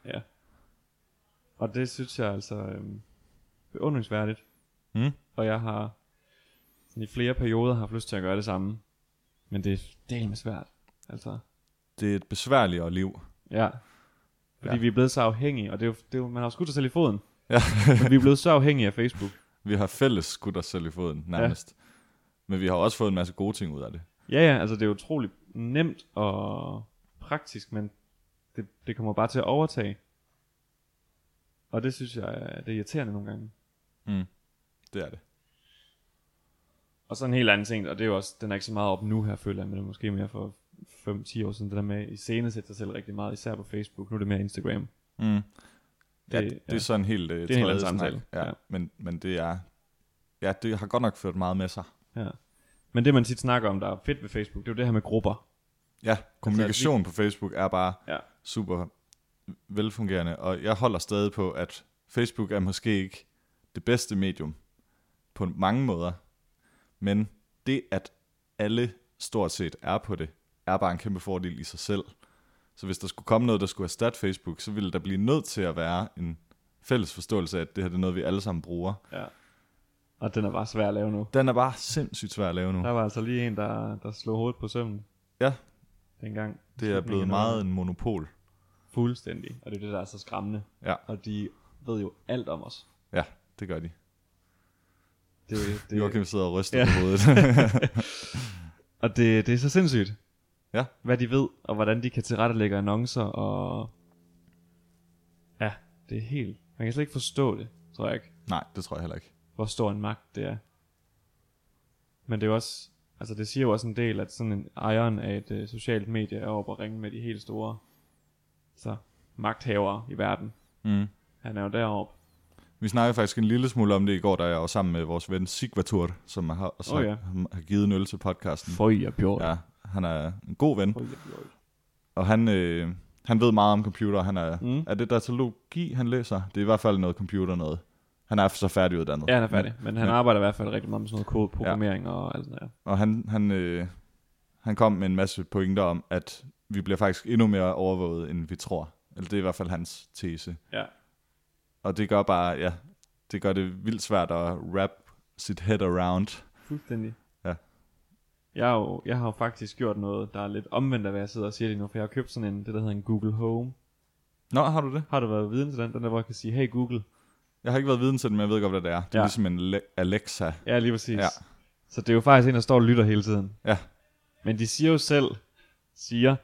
Ja. Og det synes jeg altså øhm, beundringsværdigt.
Mm.
Og jeg har sådan i flere perioder haft lyst til at gøre det samme. Men det er delvis svært. Altså.
Det er et besværligere liv.
Ja. Fordi
Ja.
ja. vi er blevet så afhængige, og det er jo, det er jo, man har jo skudt sig selv i foden.
Ja.
Men vi er blevet så afhængige af Facebook.
Vi har fælles skudt os selv i foden, nærmest. Ja. Men vi har også fået en masse gode ting ud af det.
Ja, ja, altså det er utroligt nemt og praktisk, men det, det kommer bare til at overtage. Og det synes jeg, er- det er irriterende nogle gange.
Det er det.
Og så en helt anden ting, og det er jo også, den er ikke så meget op nu her, føler jeg, men det er måske mere for 5-10 år siden, det der med i scene sætte sig selv rigtig meget, især på Facebook, nu er det mere Instagram.
Mm. Ja, det,
Det-
det
ja.
er sådan en helt øh,
Det er en helt anden samtale,
Ja, ja.
ja.
Men, men det er... Ja, det har godt nok ført meget med sig.
Ja. Men det man tit snakker om, der er fedt ved Facebook, det er jo det her med grupper.
Ja, kommunikation altså, på Facebook er bare
Ja.
super velfungerende, og jeg holder stadig på, at Facebook er måske ikke det bedste medium på mange måder, men det, at alle stort set er på det, er bare en kæmpe fordel i sig selv. Så hvis der skulle komme noget, der skulle erstatte Facebook, så ville der blive nødt til at være en fælles forståelse af, at det her det er noget, vi alle sammen bruger.
Ja. Og den er bare svær at lave nu.
Den er bare sindssygt svær at lave nu.
Der var altså lige en, der, der slog hovedet på sømmen
Ja,
dengang.
det er blevet meget en monopol.
Fuldstændig, og det er det, der er så skræmmende.
Ja,
Og de ved jo alt om os.
ja, det gør de.
Det, det,
Joachim sidder og ryster ja.
Ja.
på hovedet.
og det, det er så sindssygt.
Ja.
hvad de ved, og hvordan de kan tilrettelægge annoncer, og... Ja, det er helt... Man kan slet ikke forstå det, tror jeg ikke,
Nej, det tror jeg heller ikke.
hvor stor en magt det er. Men det er jo også... Altså det siger jo også en del, at sådan en ejeren af et øh, socialt medie er oppe og ringe med de helt store så magthavere i verden.
Mm.
Han er jo deroppe.
Vi snakkede faktisk en lille smule om det i går, da jeg var sammen med vores ven Sigvatur, som har, også
Åh,
har,
ja.
har givet en øl til podcasten.
Føj og bjørn.
Ja, han er en god ven,
Føj og bjørn.
og han, øh, han ved meget om computer. Han er,
Mm.
mm. er det datalogi, han læser? Det er i hvert fald noget computer noget. Han er så færdiguddannet.
Ja, han er færdig. Men han
Ja.
arbejder i hvert fald rigtig meget med sådan noget kodeprogrammering og alt sådan noget.
Og han, han, øh, han kom med en masse pointer om, at vi bliver faktisk endnu mere overvåget, end vi tror. Eller det er i hvert fald hans tese.
Ja.
Og det gør bare, ja, det gør det vildt svært at wrap sit head around.
Fuldstændig.
Ja.
Jeg, er jo, jeg har jo faktisk gjort noget, der er lidt omvendt af, hvad jeg sidder og siger lige nu, for jeg har købt sådan en, det der hedder en Google Home.
Nå, har du det?
Har du været viden til den? Den der, hvor jeg kan sige, hey Google.
Jeg har ikke været viden til det, men jeg ved godt, hvad det er. Det er
Ja.
ja. ligesom en Le- Alexa.
Ja, lige præcis.
Ja.
Så det er jo faktisk en, der står og lytter hele tiden.
Ja.
Men de siger jo selv, siger,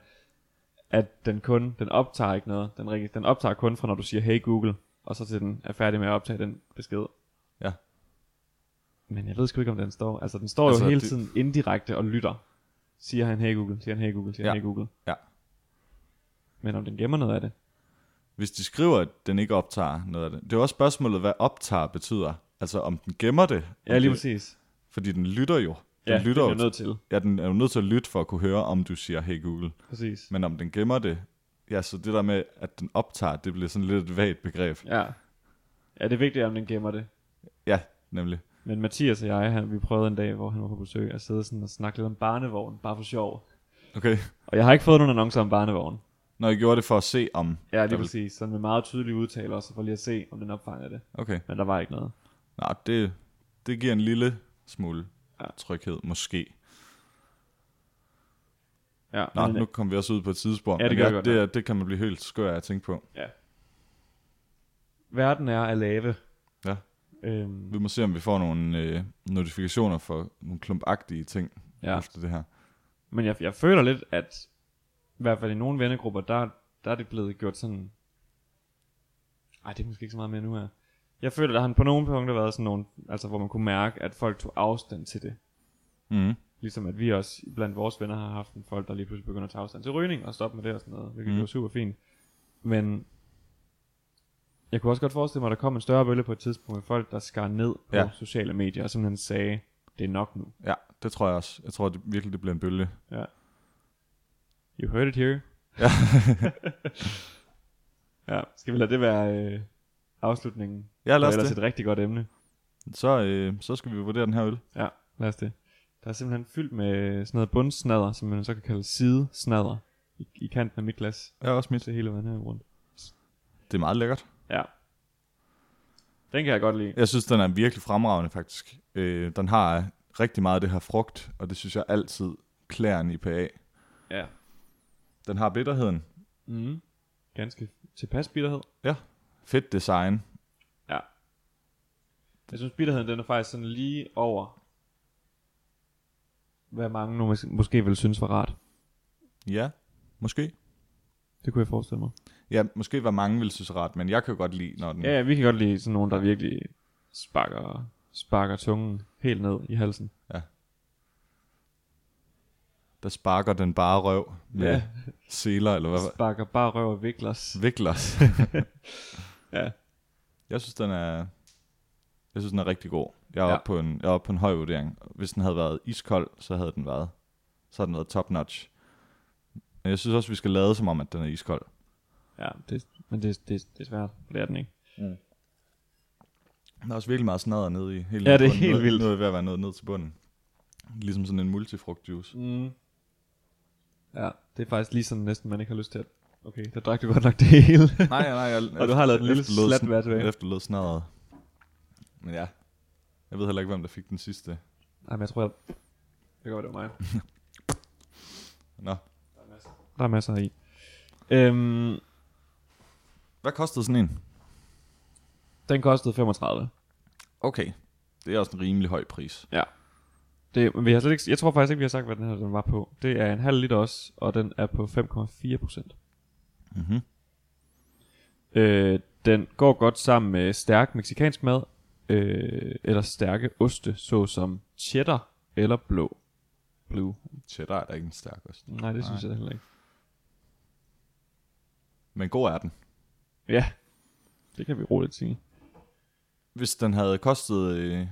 at den kun, den optager ikke noget. Den, reg- den optager kun fra, når du siger, hey Google, og så til den er færdig med at optage den besked.
Ja.
Men jeg ved sgu ikke, om den står. Altså, den står altså,
Altså,
jo hele
det-
tiden indirekte og lytter. Siger han, hey Google, siger han, hey Google, siger han,
Ja.
hey Google.
Ja.
Men om den gemmer noget af det.
Hvis de skriver, at den ikke optager noget af det. Det er jo også spørgsmålet, hvad optager betyder. Altså, om den gemmer det.
Ja, lige
Om det-
præcis.
Fordi den lytter jo. Den
Ja,
lytter
det er
jo.
nødt til.
Ja, den er jo nødt til at lytte for at kunne høre, om du siger, hey Google.
Præcis.
Men om den gemmer det, ja, så det der med, at den optager, det bliver sådan lidt et vagt begreb.
Ja. Ja, det er vigtigt, om den gemmer det.
Ja, nemlig.
Men Mathias og jeg, han, vi prøvede en dag, hvor han var på besøg, at sidde sådan og snakke lidt om barnevogn, bare for sjov.
Okay.
Og jeg har ikke fået nogen annoncer om barnevogn.
Når jeg gjorde det for at se om...
Ja, lige
der-
præcis. Sådan med meget tydelige udtaler også, for lige at se, om den opfanger det.
Okay.
Men der var ikke noget.
Nå, det, det giver en lille smule
Ja.
tryghed, måske.
Ja,
Nå,
men, øh,
nu kom vi også ud på et tidsspor.
Ja, det
men
gør jeg godt
det, er- det kan man blive helt skør af at tænke på.
ja. øh, Verden er af lave.
Ja.
Øhm,
Vi må se, om vi får nogle øh, notifikationer for nogle klumpagtige ting
ja.
ja. efter det her.
Men jeg, jeg føler lidt, at i hvert fald i nogle vennegrupper, der, der er det blevet gjort sådan... Ej, det er måske ikke så meget mere nu her. Jeg føler, der har på nogle punkter været sådan nogle, altså hvor man kunne mærke, at folk tog afstand til det.
Mm.
Ligesom at vi også blandt vores venner har haft en folk, der lige pludselig begynder at tage afstand til rygning og stoppe med det og sådan noget, hvilket mm.
Mm.
var super fint. Men jeg kunne også godt forestille mig, at der kom en større bølge på et tidspunkt med folk, der skar ned på ja.
Ja.
sociale medier og simpelthen sagde, det er nok nu.
Ja, det tror jeg også. Jeg tror det, virkelig, det bliver en bølge.
You heard it here.
Ja.
ja, skal vi lade det være øh, afslutningen?
Ja,
Det er
lad
ellers
os det.
et rigtig godt emne.
Så, øh, så skal vi vurdere den her øl.
Ja, lad os det. Der er simpelthen fyldt med sådan noget bundsnadder, som man så kan kalde sidesnadder, i, i kanten af mit glas.
Ja, også mit.
Det hele vandet her rundt.
Det er meget lækkert.
Ja. Den kan jeg godt lide.
Jeg synes, den er virkelig fremragende, faktisk. Øh, den har rigtig meget af det her frugt, og det synes jeg altid klæder en IPA.
Ja.
Den har bitterheden.
Mm. Ganske tilpas bitterhed.
Fedt design.
Ja. Jeg synes, bitterheden den er faktisk sådan lige over, hvad mange nu mås- måske ville synes var rart.
Ja, måske.
Det kunne jeg forestille mig.
Ja, måske var mange ville synes er rart, men jeg kan jo godt lide, når den...
Ja, ja vi kan godt lide sådan nogen, der virkelig sparker, sparker tungen helt ned i halsen.
der sparker den bare røv med
Ja.
ja. seler, eller hvad?
Sparker bare røv og viklers.
Vikler.
Ja.
Jeg synes, den er... Jeg synes, den er rigtig god. Jeg er,
Ja.
ja. oppe på en, jeg er oppe på en høj vurdering. Hvis den havde været iskold, så havde den været, så havde den været top notch. Men jeg synes også, vi skal lade som om, at den er iskold.
Ja, det, men det, det, det er svært. for Det er den ikke.
Der er også virkelig meget snadder nede i. Helt
Ja,
nede
det er
på bunden.
helt
nu,
vildt.
Nu er jeg ved at være nede, ned til bunden. Ligesom sådan en multifrugtjuice.
Mm. Ja, det er faktisk lige sådan næsten, man ikke har lyst til at... Okay, der drak du godt nok det hele.
Nej, nej, jeg,
Og du har lavet et lille
efterlod
slat
sn-
være tilbage.
Efterlod snadret. Men ja, jeg ved heller ikke, hvem der fik den sidste.
Nej, men jeg tror, jeg... Det kan godt, det var mig.
Nå,
Der er masser i. Øhm,
hvad kostede sådan en?
den kostede 35.
Okay, det er også en rimelig høj pris.
Ja. Det, vi har slet ikke, jeg tror faktisk ikke, vi har sagt, hvad den her den var på. Det er en halv liter også, og den er på 5,4 procent.
Mhm.
Øh, den går godt sammen med stærk meksikansk mad, øh, eller stærke oste, såsom cheddar eller blå. Blue.
Cheddar er da ikke en stærk ost.
Nej, det synes jeg heller ikke.
Men god er den.
Ja, det kan vi roligt sige.
Hvis den havde kostet øh,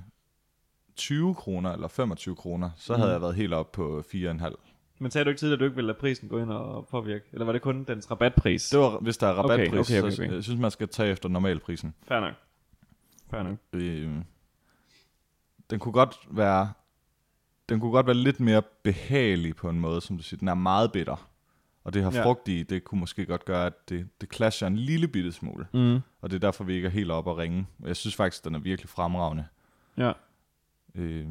20 kroner eller 25 kroner, så
Mhm.
mm. havde jeg været helt op på 4,5.
Men sagde du ikke tidligere, at du ikke ville lade prisen gå ind og påvirke? Eller var det kun dens rabatpris?
Det var, hvis der er rabatpris,
Okay, okay, okay,
så
okay.
jeg synes, man skal tage efter normalprisen.
Fair nok. Fair nok.
Øh, den kunne godt være den kunne godt være lidt mere behagelig på en måde, som du siger. Den er meget bitter. Og det her
Ja.
ja. frugt i, det kunne måske godt gøre, at det, det clasher en lille bitte smule.
Mm.
Og det er derfor, vi ikke er helt oppe at ringe. Jeg synes faktisk, den er virkelig fremragende.
Ja.
Øh,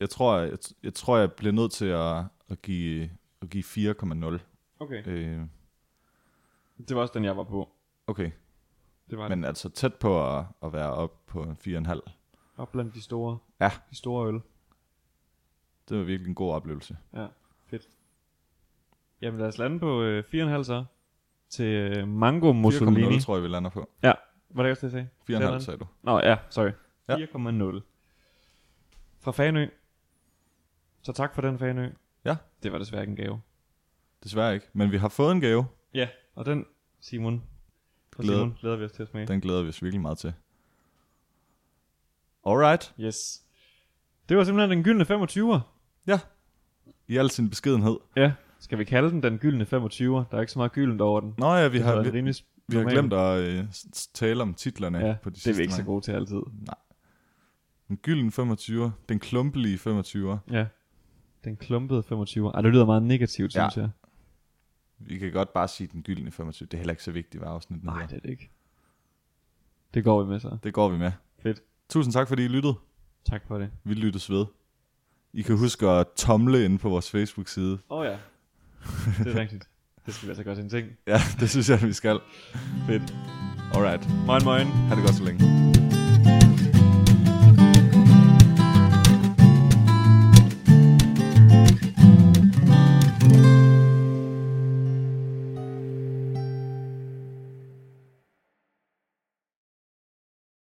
jeg, tror, jeg, jeg tror, jeg bliver nødt til at, at give, at give 4,0.
Okay.
Øh,
Det var også den, jeg var på.
okay,
Det var Men...
men altså tæt på at, at være op på en 4,5.
op blandt de store,
Ja.
de store øl.
Det var virkelig en god oplevelse.
Ja, fedt. Jamen lad os lande på øh, 4,5 så. Til øh, Mango Mussolini.
4,0 tror jeg, vi lander på.
Ja, var det også det, jeg sagde?
4,5 sagde du.
Nå ja, sorry.
Ja.
4,0. Fra Fanø. Så tak for den, Fanø.
Ja.
Det var desværre ikke en gave.
Desværre ikke. Men vi har fået en gave.
Ja, og den, Simon. Fra
Glæder-
Simon glæder vi os til at smage.
Den glæder vi os virkelig meget til. Alright.
Yes. Det var simpelthen den gyldne 25'er.
Ja. I al sin beskedenhed.
Ja. Skal vi kalde den den gyldne 25'er? Der er ikke så meget gyldent over den.
Nå ja, vi
Det
har,
har,
vi,
rimelig
vi har
normal.
glemt at øh, s- s- tale om titlerne
ja,
på de
det er vi
sidste
ikke så
mange.
gode til altid.
Den gylden 25'er. Den klumpelige 25'er.
Ja. Den klumpede 25'er. Ej, det lyder meget negativt,
Ja.
synes jeg.
Vi kan godt bare sige den gyldne 25. Det er heller ikke så vigtigt, hvad afsnit
Nej,
det...
det er det ikke. Det går vi med så.
det går vi med.
Fedt.
Tusind tak, fordi I lyttede.
Tak for det.
Vi lyttes ved. I kan huske at tomle inde på vores Facebook-side.
Åh oh, ja. Det er rigtigt. Det skal vi altså gøre til en ting.
Ja, det synes jeg, vi skal.
Fedt.
Alright.
Moin, moin.
Ha' det godt så længe.